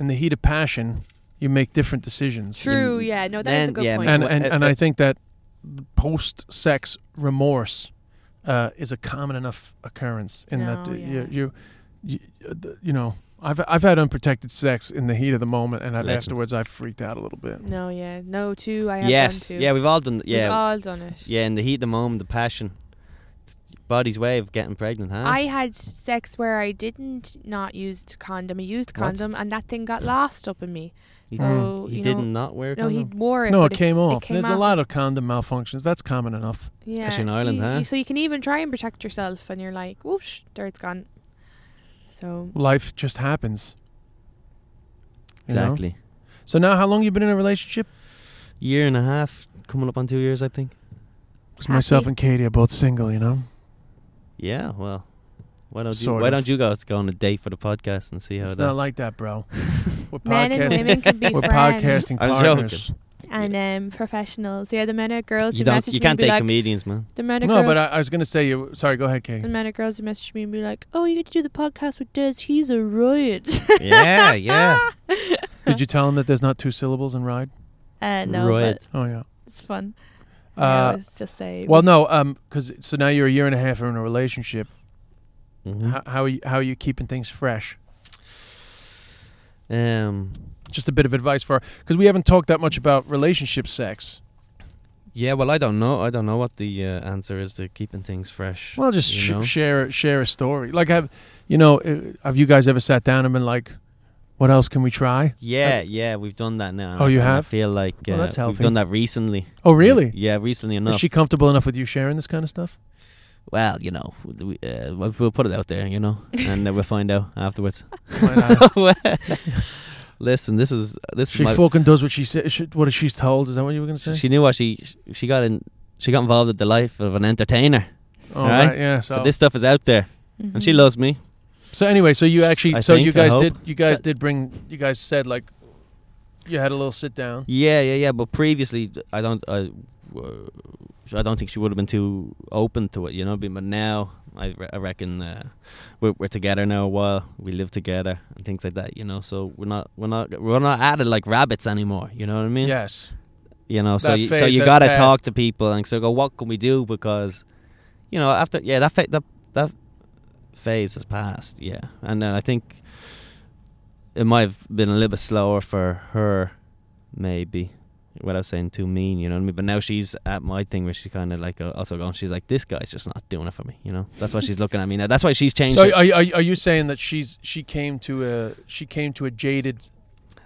S1: in the heat of passion, you make different decisions.
S2: True, yeah, no, that is a
S6: then-
S2: good
S6: yeah,
S2: point.
S1: And
S6: Well,
S1: and,
S6: uh,
S1: and
S6: uh,
S1: I think that post sex remorse uh, is a common enough occurrence in that
S2: No,
S1: uh,
S2: Oh, yeah.
S1: you, you you uh, the- you know I've I've had unprotected sex in the heat of the moment, and I've
S6: Legend.
S1: afterwards I freaked out a little bit.
S2: no, yeah, no, too. I have
S6: yes,
S2: done too.
S6: yeah, we've all done.
S2: We've
S6: Yeah,
S2: all done it.
S6: Yeah, in the heat of the moment, the passion, body's way of getting pregnant, huh?
S2: I had sex where I didn't not use condom. I used
S6: What?
S2: condom, and that thing got lost up in me.
S1: Mm.
S6: He-
S2: so
S6: he
S2: you
S6: did
S2: know,
S6: not wear.
S2: no, he
S6: condom.
S2: wore it.
S1: No,
S2: but
S1: it came off.
S2: came
S1: There's a
S2: off.
S1: lot of condom malfunctions. That's common enough.
S2: yeah.
S6: especially in
S2: so
S6: Ireland,
S2: you,
S6: huh?
S2: you- So you can even try and protect yourself, and you're like, whoosh, there it's gone. So
S1: Life just happens. you know?
S6: exactly.
S1: So now, how long you been in a relationship?
S6: Year and a half, coming up on two years, I think.
S1: Because myself
S2: Happy.
S1: and Katie are both single. You know.
S6: Yeah, well, why don't you?
S1: Sort
S6: Why
S1: of.
S6: don't you guys go on a date for the podcast and see how
S1: it's
S6: that?
S1: not like that, bro. We're
S2: men and
S1: podcasting.
S2: women can be
S1: We're
S2: friends,
S1: podcasting
S6: I'm
S1: partners.
S2: and um, professionals. Yeah, the men are girls
S6: you
S2: who
S6: don't.
S2: message
S6: You
S2: me and
S6: can't
S2: be
S6: date
S2: like,
S6: comedians, man.
S2: the men are
S1: No,
S2: girls.
S1: but I, I was gonna say you. Sorry, go ahead,
S2: the
S1: Katie.
S2: men are girls who message me and be like, "Oh, you get to do the podcast with Des. He's a riot."
S6: yeah, yeah.
S1: Did you tell him that there's not two syllables in ride?
S4: Uh, no,
S6: Right.
S4: but
S1: Oh yeah.
S4: it's fun. I
S1: Uh,
S4: always just say.
S1: well, no, um, because so now you're a year and a half in a relationship.
S6: Mhm.
S1: How, how are you? How are you keeping things fresh?
S6: Um.
S1: Just a bit of advice for because we haven't talked that much about relationship sex.
S6: Yeah. Well, I don't know. I don't know what the uh, answer is to keeping things fresh.
S1: Well, just
S6: you
S1: sh-
S6: know?
S1: share share a story. Like, have you know? uh, Have you guys ever sat down and been like, "What else can we try?"
S6: Yeah, yeah, we've done that now.
S1: Oh, you
S6: and I
S1: have?
S6: feel like uh,
S1: Well, that's
S6: we've
S1: healthy.
S6: done that recently.
S1: Oh, really?
S6: Yeah, recently enough.
S1: Is she comfortable enough with you sharing this kind of stuff?
S6: Well, you know, we, uh, we'll we'll put it out there, you know, and uh, we'll find out afterwards.
S1: Why not?
S6: Listen, this is this
S1: she
S6: is my,
S1: fucking does what she says. She, what she's told. Is that what you were gonna say?
S6: she knew what she she got in she got involved with the life of an entertainer.
S1: oh,
S6: right.
S1: Yeah.
S6: So, Mm.
S1: So,
S6: this stuff is out there,
S2: Mm-hmm.
S6: and she loves me.
S1: So anyway, so you actually,
S6: I
S1: so
S6: think,
S1: you
S6: I
S1: guys
S6: hope.
S1: did, you guys
S6: Sh-
S1: did bring, you guys said like, you had a little sit down.
S6: Yeah, yeah, yeah. But previously, I don't I, uh, I don't think she would have been too open to it, you know. But now I, re- I reckon uh, we're, we're together now a while. We live together and things like that, you know. So we're not we're not we're not at it like rabbits anymore. You know what I mean?
S1: Yes.
S6: you know so
S1: That
S6: you, so
S1: phase
S6: you
S1: has
S6: gotta talk
S1: passed.
S6: to people and so go what can we do because you know after yeah that fa- that that phase has passed yeah and then i think it might have been a little bit slower for her maybe without saying too mean you know what i mean but now she's at my thing where she's kind of like uh, also going she's like this guy's just not doing it for me you know that's why she's looking at me now that's why she's changed
S1: So
S6: her-
S1: are, you- are, you- are you saying that she's she came to a she came to a jaded,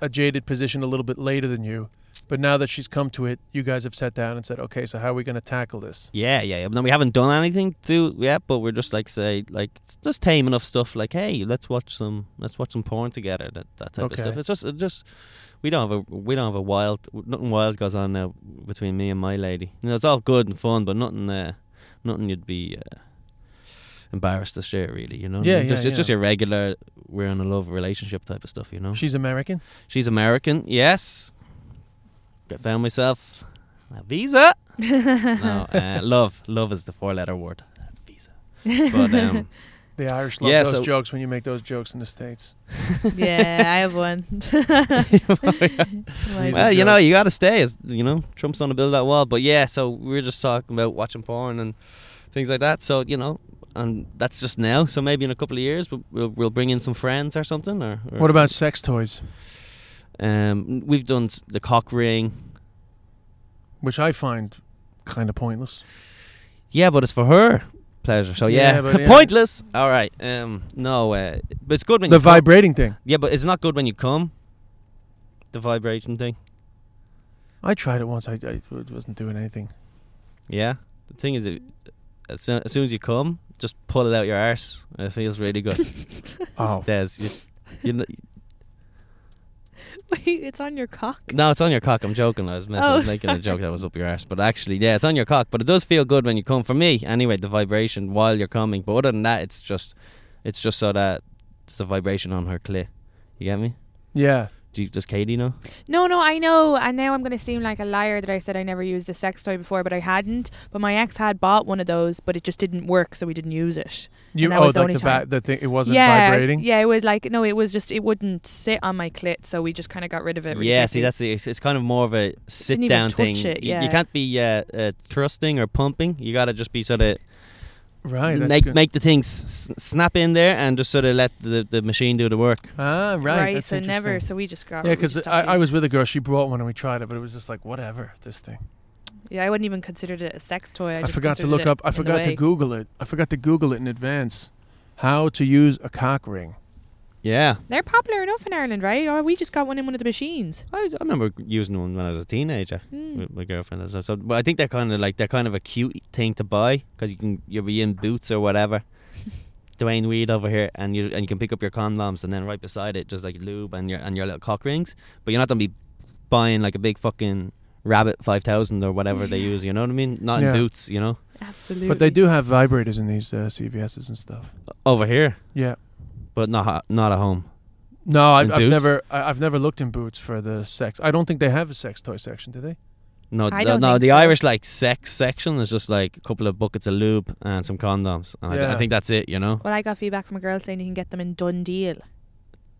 S1: a jaded position a little bit later than you, but now that she's come to it, you guys have sat down and said, okay, so how are we going to tackle this?
S6: Yeah, yeah, yeah. But then we haven't done anything to yet, but we're just like say like just tame enough stuff like, hey, let's watch some let's watch some porn together, that that type
S1: Okay.
S6: of stuff. It's just it just we don't have a we don't have a wild nothing wild goes on now between me and my lady. You know, it's all good and fun, but nothing uh, nothing you'd be uh, embarrassed to share, really. You know,
S1: Yeah,
S6: It's
S1: yeah,
S6: just,
S1: yeah.
S6: It's just your regular we're in a love relationship type of stuff. You know,
S1: She's American.
S6: she's American. Yes, Got- found myself a visa. no, uh, love, love is the four-letter word. That's visa. But um,
S1: The Irish love
S6: Yeah,
S1: those
S6: so-
S1: jokes when you make those jokes in the states.
S4: yeah, I have one. Like-
S6: well,
S1: These
S6: you know,
S1: jokes.
S6: you got to stay. As, you know, Trump's going to build that wall. But yeah, so we were just talking about watching porn and things like that. So you know, and that's just now. So maybe in a couple of years, we'll we'll, we'll bring in some friends or something. Or, or-
S1: What about sex toys?
S6: Um, we've done s- the cock ring.
S1: Which I find kind of pointless.
S6: Yeah, but it's for her pleasure. So
S1: Yeah,
S6: yeah,
S1: but yeah.
S6: pointless. All right. Um, no. Uh, but it's good when
S1: The
S6: you come.
S1: vibrating thing.
S6: Yeah, but it's not good when you come. The vibration thing.
S1: I tried it once. I, I it wasn't doing anything.
S6: Yeah. The thing is, it, as, soon, as soon as you come, just pull it out your arse. It feels really good.
S1: Oh,
S6: Des, you, you kn-
S4: Wait, it's on your cock.
S6: no, it's on your cock. I'm joking. I was, messing, I was
S4: Oh,
S6: making a joke
S4: sorry.
S6: that was up your arse, but actually, yeah, it's on your cock. But it does feel good when you come. For me, anyway, the vibration while you're coming. But other than that, it's just, it's just so that it's a vibration on her clit. You get me?
S1: yeah.
S6: Do you, does Katie know?
S2: No, no, I know. And now I'm going to seem like a liar that I said I never used a sex toy before, but I hadn't. But my ex had bought one of those, but it just didn't work, so we didn't use it.
S1: You
S2: that
S1: oh,
S2: was the
S1: like
S2: only
S1: the
S2: time.
S1: back. The thing. It wasn't
S2: yeah, I-
S1: vibrating.
S2: yeah, it was like no, it was just it wouldn't sit on my clit, so we just kind of got rid of it. really
S6: Yeah, see,
S2: quickly.
S6: that's the, it's, it's kind of more of a sit
S2: even
S6: down
S2: touch
S6: thing.
S2: it,
S6: You- you,
S2: yeah.
S6: can't be uh, uh, thrusting or pumping. You gotta just be sort of
S2: Oh,
S1: Right. That's
S6: make
S1: good.
S6: make the thing s- s- snap in there and just sort of let the, the machine do the work.
S1: Ah, right.
S2: right.
S1: that's
S2: so never.
S1: interesting.
S2: So we just got.
S1: Yeah,
S2: we
S1: because
S2: just
S1: I,
S2: stopped
S1: I
S2: using
S1: was with a girl. She brought one and we tried it, but it was just like whatever. This thing.
S2: it. Yeah, I wouldn't even consider it a sex toy. I,
S1: I,
S2: just
S1: forgot to
S2: considered
S1: look
S2: it
S1: up. I
S2: in the
S1: forgot to
S2: way.
S1: Google it. I forgot to Google it in advance. How to use a cock ring?
S6: Yeah,
S2: They're popular enough in Ireland, right? Or we just got one in one of the machines.
S6: I, I remember using one when I was a teenager
S1: Hmm.
S2: Mm.
S6: with my girlfriend. And stuff. So, but I think they're kind of like they're kind of a cute thing to buy because you can you'll be in boots or whatever. Dwayne Weed over here, and you and you can pick up your condoms, and then right beside it, just like lube and your and your little cock rings. But you're not gonna be buying like a big fucking rabbit five thousand or whatever they use. You know what I mean? Not
S1: Yeah.
S6: in boots, you know.
S2: Absolutely.
S1: But they do have vibrators in these uh, CVSs and stuff.
S6: Over here,
S1: Yeah.
S6: but not not at home.
S1: No, I've,
S6: In
S1: I've
S6: boots?
S1: never. I, I've never looked in boots for the sex. I don't think they have a sex toy section, do they?
S6: No,
S2: I
S6: th-
S2: don't
S6: no.
S2: think
S6: The
S2: so.
S6: Irish like sex section is just like a couple of buckets of lube and some condoms, and I th- I,
S1: Yeah.
S6: think that's it. You know,
S2: Well, I got feedback from a girl saying you can get them in done deal.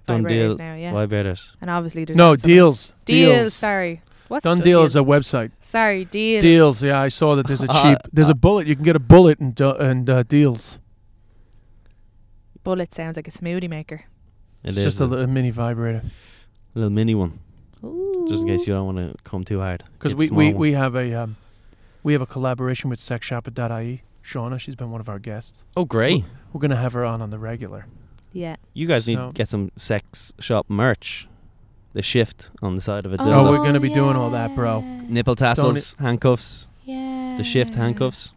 S6: Done
S2: Vibrators
S6: deal.
S2: now, yeah.
S6: vibrators.
S2: And obviously, there's
S1: No,
S2: not so much-
S1: deals.
S2: Deals. Sorry. What's
S1: Done
S2: Dun
S1: Deal is
S2: Deal?
S1: a website.
S2: Sorry, deals.
S1: Deals. Yeah, I saw that. There's a
S6: Uh,
S1: cheap. There's a bullet. You can get a bullet and do- and uh, deals.
S2: Bullet sounds like a smoothie maker.
S6: It
S1: it's
S6: is
S1: just a, li- a mini vibrator.
S6: little mini one, just in case you don't want to come too hard.
S1: Because
S6: Get the
S1: we,
S6: small
S1: we,
S6: one.
S1: we have a um, we have a collaboration with sexshop.ie. E. Shauna, she's been one of our guests.
S6: oh great,
S1: We're gonna have her on on the regular.
S2: Yeah.
S6: you guys need
S1: So-
S6: to get some sex shop merch. The shift on the side of it.
S2: Oh,
S1: Oh,
S6: dildo.
S1: we're gonna be doing all that, bro.
S6: nipple tassels, handcuffs,
S2: Yeah.
S6: the shift handcuffs.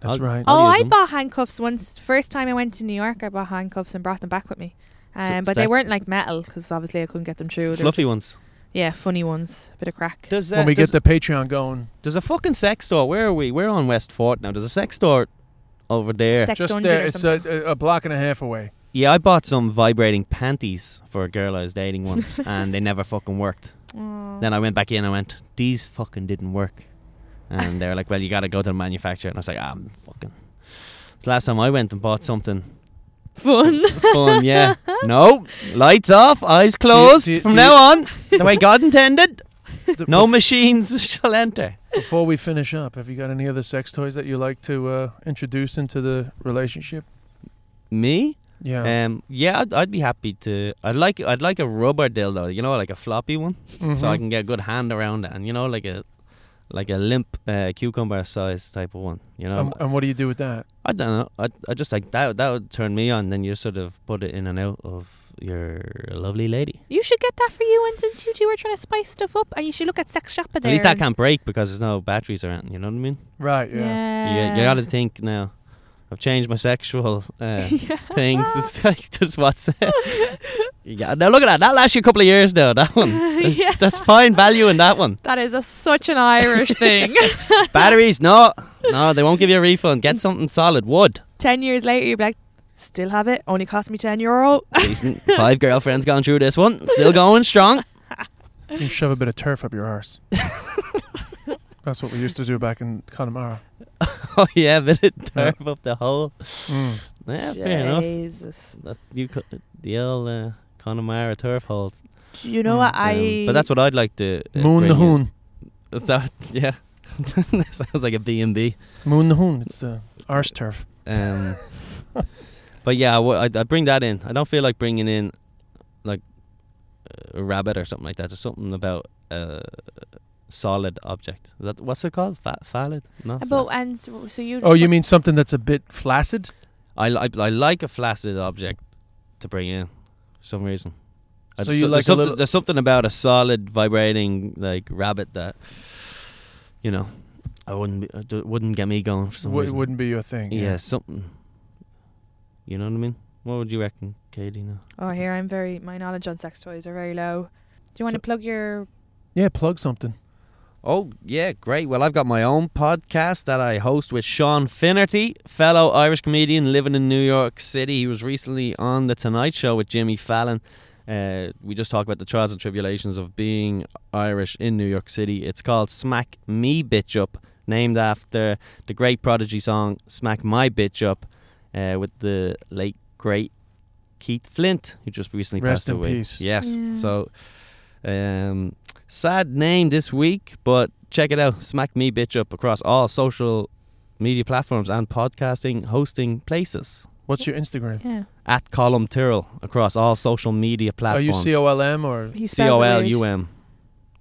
S1: That's
S6: I'll-
S1: right.
S6: I'll
S2: Uh. Oh,
S6: use
S2: I
S6: them.
S2: bought handcuffs once. First time I went to New York, I bought handcuffs and brought them back with me.
S6: S-
S2: Um, but they
S6: stack-
S2: weren't like metal because obviously I couldn't get them through. They were
S6: fluffy
S2: just-
S6: ones.
S2: Yeah, funny ones. Bit of crack.
S6: Does
S1: when we get the Patreon going,
S6: there's a fucking sex store. Where are we? We're on West Fort now. There's a sex store over there.
S2: Sex
S1: just
S2: dungeon
S1: there,
S2: or
S1: it's
S2: something.
S1: a, a a block and a half away.
S6: Yeah, I bought some vibrating panties for a girl I was dating once, and they never fucking worked.
S2: Aw.
S6: Then I went back in and went, these fucking didn't work. And they were like, well, you gotta go to the manufacturer. And I was like, ah, I'm fucking. It's the last time I went and bought something
S2: Fun.
S6: fun, yeah. No, lights off, eyes closed.
S1: do you-
S6: From
S1: do
S6: now on, the way God intended,
S1: Th-
S6: no
S1: bef-
S6: machines shall enter.
S1: Before we finish up, have you got any other sex toys that you like to uh, introduce into the relationship?
S6: Me?
S1: Yeah.
S6: Um, yeah, I'd, I'd be happy to. I'd like, I'd like a rubber dildo, you know, like a floppy one. so
S1: Mhm.
S6: I can get a good hand around it, and you know, like a like a limp uh, cucumber size type of one. You know,
S1: And, and what do you do with that?
S6: I don't know. I I just like that. That would turn me on. Then you sort of put it in and out of your lovely lady.
S2: you should get that for you. And since you two are trying to spice stuff up, and you should look at sex shop there.
S6: At least that can't break because there's no batteries around. You know what I mean?
S1: Right.
S2: Yeah.
S1: Yeah.
S6: You,
S2: Uh.
S6: you got to think now. I've changed my sexual uh, things. It's like just what's. yeah. Now look at that. That lasts you a couple of years now. That one.
S2: Yeah.
S6: That's fine value in that one.
S2: That is a, such an Irish thing.
S6: Batteries, no, no, they won't give you a refund. Get something solid, wood.
S4: 10 years later, you'd be like, still have it, only cost me 10 euro.
S6: Decent. Five girlfriends gone through this one. Still going strong.
S5: You can shove a bit of turf up your arse. That's what we used to do back in Connemara.
S6: Oh yeah, but it turf up the hole.
S5: Mm.
S6: Yeah, fair enough.
S4: Jesus.
S6: That, you co- the old uh, Connemara turf hole.
S4: Do you know what I.
S6: Um, but that's what I'd like to. uh,
S5: Moon the
S6: bring in.
S5: Hoon.
S6: Is That yeah. that sounds like a B and B.
S5: Moon the Hoon. It's the arse turf.
S6: Um, but yeah, I w- I'd, I'd bring that in. I don't feel like bringing in like a rabbit or something like that. There's something about a solid object. Is that what's it called? Fa- fallid? Not
S2: But
S6: flaccid.
S2: and so, so you.
S5: Oh, you mean something that's a bit flaccid?
S6: I, li- I like a flaccid object to bring in for some reason. I
S5: So
S6: just-
S5: you like a
S6: there's something,
S5: little-
S6: there's something about a solid vibrating like rabbit that you know I wouldn't be, uh, d- wouldn't get me going for some
S5: W-
S6: reason.
S5: wouldn't be your thing.
S6: yeah. something. You know what I mean? What would you reckon, Katie? Now
S2: Oh, here I'm very. My knowledge on sex toys are very low. Do you want
S5: So-
S2: to plug your?
S5: Yeah, plug something.
S6: Oh, yeah, great. Well, I've got my own podcast that I host with Sean Finnerty, fellow Irish comedian living in New York City. He was recently on The Tonight Show with Jimmy Fallon. Uh, we just talk about the trials and tribulations of being Irish in New York City. It's called Smack Me Bitch Up, named after the great Prodigy song Smack My Bitch Up uh, with the late, great Keith Flint, who just recently
S5: Rest
S6: passed
S5: in
S6: away.
S5: peace.
S6: Yes.
S2: Yeah.
S6: So, um, sad name this week, but check it out. Smack me bitch up across all social media platforms and podcasting hosting places.
S5: What's your Instagram?
S2: Yeah.
S6: At Column Tyrrell across all social media
S5: Are
S6: platforms.
S5: Oh, you C O L M or
S2: He
S6: C
S2: spells it
S6: O L
S2: weird.
S6: U M.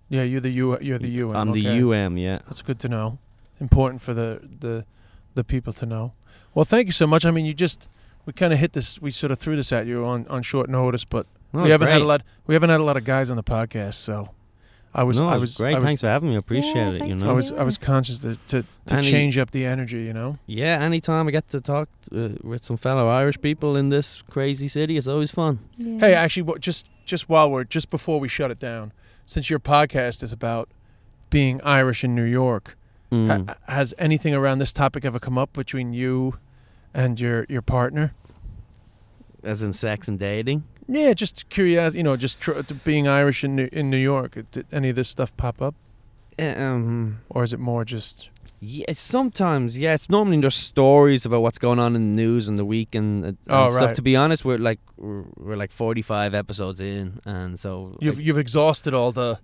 S5: yeah? You're the U. You're the U.
S6: I'm the
S5: okay.
S6: U M. Yeah.
S5: That's good to know. Important for the the the people to know. Well, thank you so much. I mean, you just we kind of hit this. We sort of threw this at you on on short notice, but
S6: No,
S5: we
S6: it's
S5: haven't had a
S6: Oh, great.
S5: lot. We haven't had a lot of guys on the podcast, so I was
S6: No,
S5: I
S6: it's
S5: was I
S6: great.
S5: was,
S6: Thanks for having me. I appreciate
S2: Yeah,
S6: it. You
S2: thanks
S6: know.
S5: I was I was conscious that to to
S6: And he-
S5: change up the energy. You know.
S6: yeah. Anytime I get to talk uh, with some fellow Irish people in this crazy city, it's always fun.
S2: Yeah.
S5: Hey, actually, what, just just while we're just before we shut it down, since your podcast is about being Irish in New York, ha-
S6: Mm.
S5: has anything around this topic ever come up between you and your your partner?
S6: As in sex and dating.
S5: Yeah, just curiosity, you know, just tr- to being Irish in New, in New York. Did any of this stuff pop up,
S6: Um.
S5: or is it more just?
S6: Yeah, sometimes. Yeah, it's normally there's stories about what's going on in the news and the week and, uh, and
S5: Oh,
S6: stuff.
S5: right.
S6: To be honest, we're like we're, we're like 45 episodes in, and so
S5: You've
S6: like,
S5: you've exhausted all the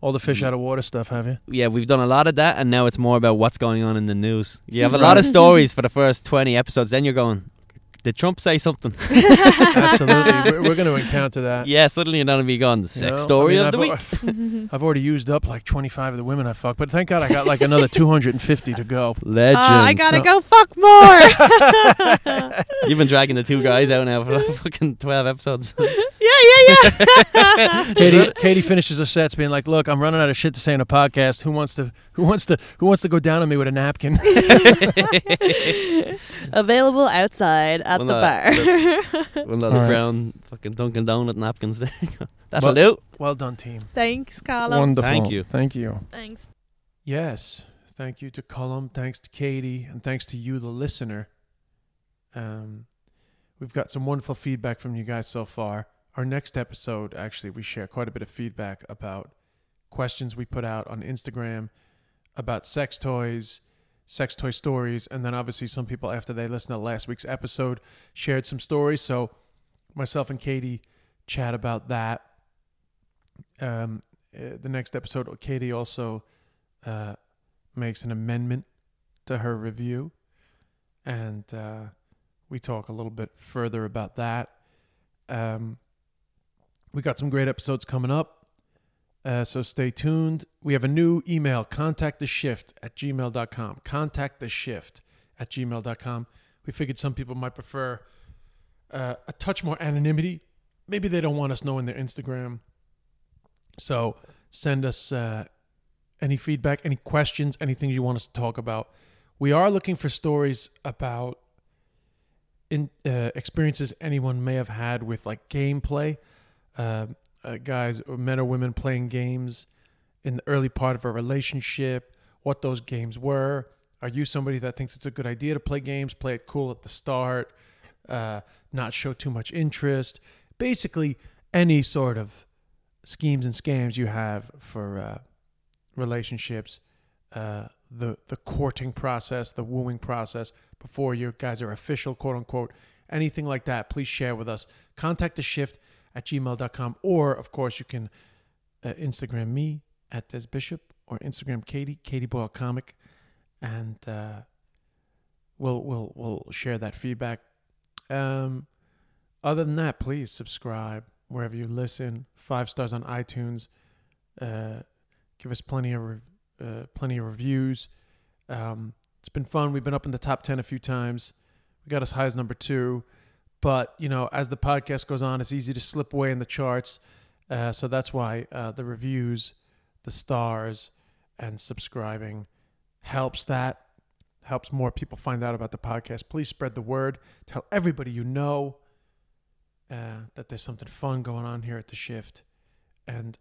S5: all the
S6: Mm.
S5: fish out of water stuff, have you?
S6: yeah, we've done a lot of that, and now it's more about what's going on in the news. You have a lot of stories for the first 20 episodes, then you're going, did Trump say something?
S5: Absolutely, we're, we're going to encounter that.
S6: yeah, suddenly you're not gonna be going the
S5: you
S6: sex
S5: know?
S6: story
S5: Uh, I mean,
S6: of the
S5: I've
S6: week.
S5: al- I've already used up like 25 of the women I fucked, but thank God I got like another 250 to go.
S6: Legend.
S4: Uh, I gotta
S5: So-
S4: go fuck more.
S6: You've been dragging the two guys out now for like fucking 12 episodes.
S4: yeah, yeah, yeah.
S5: Katie, Katie finishes her sets being like, "Look, I'm running out of shit to say in a podcast. Who wants to? Who wants to? Who wants to go down on me with a napkin?"
S4: Available outside at
S6: Well, uh, Well, those
S5: Alright.
S6: brown fucking Dunkin' Donut napkins there. That's
S5: Well,
S6: a loot.
S5: well done, team.
S4: Thanks, Carla.
S5: Wonderful.
S6: Thank you.
S5: Thank you.
S4: Thanks.
S5: Yes. Thank you to Colum. Thanks to Katie, and thanks to you, the listener. Um, we've got some wonderful feedback from you guys so far. Our next episode, actually, we share quite a bit of feedback about questions we put out on Instagram about sex toys, sex toy stories, and then obviously some people after they listened to last week's episode shared some stories. So myself and Katie chat about that. Um, uh, the next episode, Katie also uh, makes an amendment to her review, and uh, we talk a little bit further about that. Um, we got some great episodes coming up, uh, so stay tuned. We have a new email contact the shift at gmail.com. Contact the shift at gmail.com. We figured some people might prefer uh, a touch more anonymity. Maybe they don't want us knowing their Instagram. So send us uh, any feedback, any questions, anything you want us to talk about. We are looking for stories about in uh, experiences anyone may have had with like gameplay, Um uh, guys or men or women playing games in the early part of a relationship, what those games were,
S1: Are you somebody that thinks it's a good idea to play games, play it cool at the start, uh, not show too much interest? Basically, any sort of schemes and scams you have for uh, relationships, uh, the the courting process, the wooing process before your guys are official, quote unquote, anything like that, please share with us. Contact the shift at gmail.com, or of course, you can uh, Instagram me at Des Bishop or Instagram Katie, Katie Boyle Comic, and uh, we'll, we'll, we'll share that feedback. Um, other than that, please subscribe wherever you listen. Five stars on iTunes. Uh, give us plenty of rev- uh, plenty of reviews. Um, it's been fun. We've been up in the top ten a few times. We got as high as number two, but you know, as the podcast goes on, it's easy to slip away in the charts. Uh, so that's why uh, the reviews, the stars, and subscribing helps that helps more people find out about the podcast. Please spread the word. Tell everybody you know uh, that there's something fun going on here at the shift. And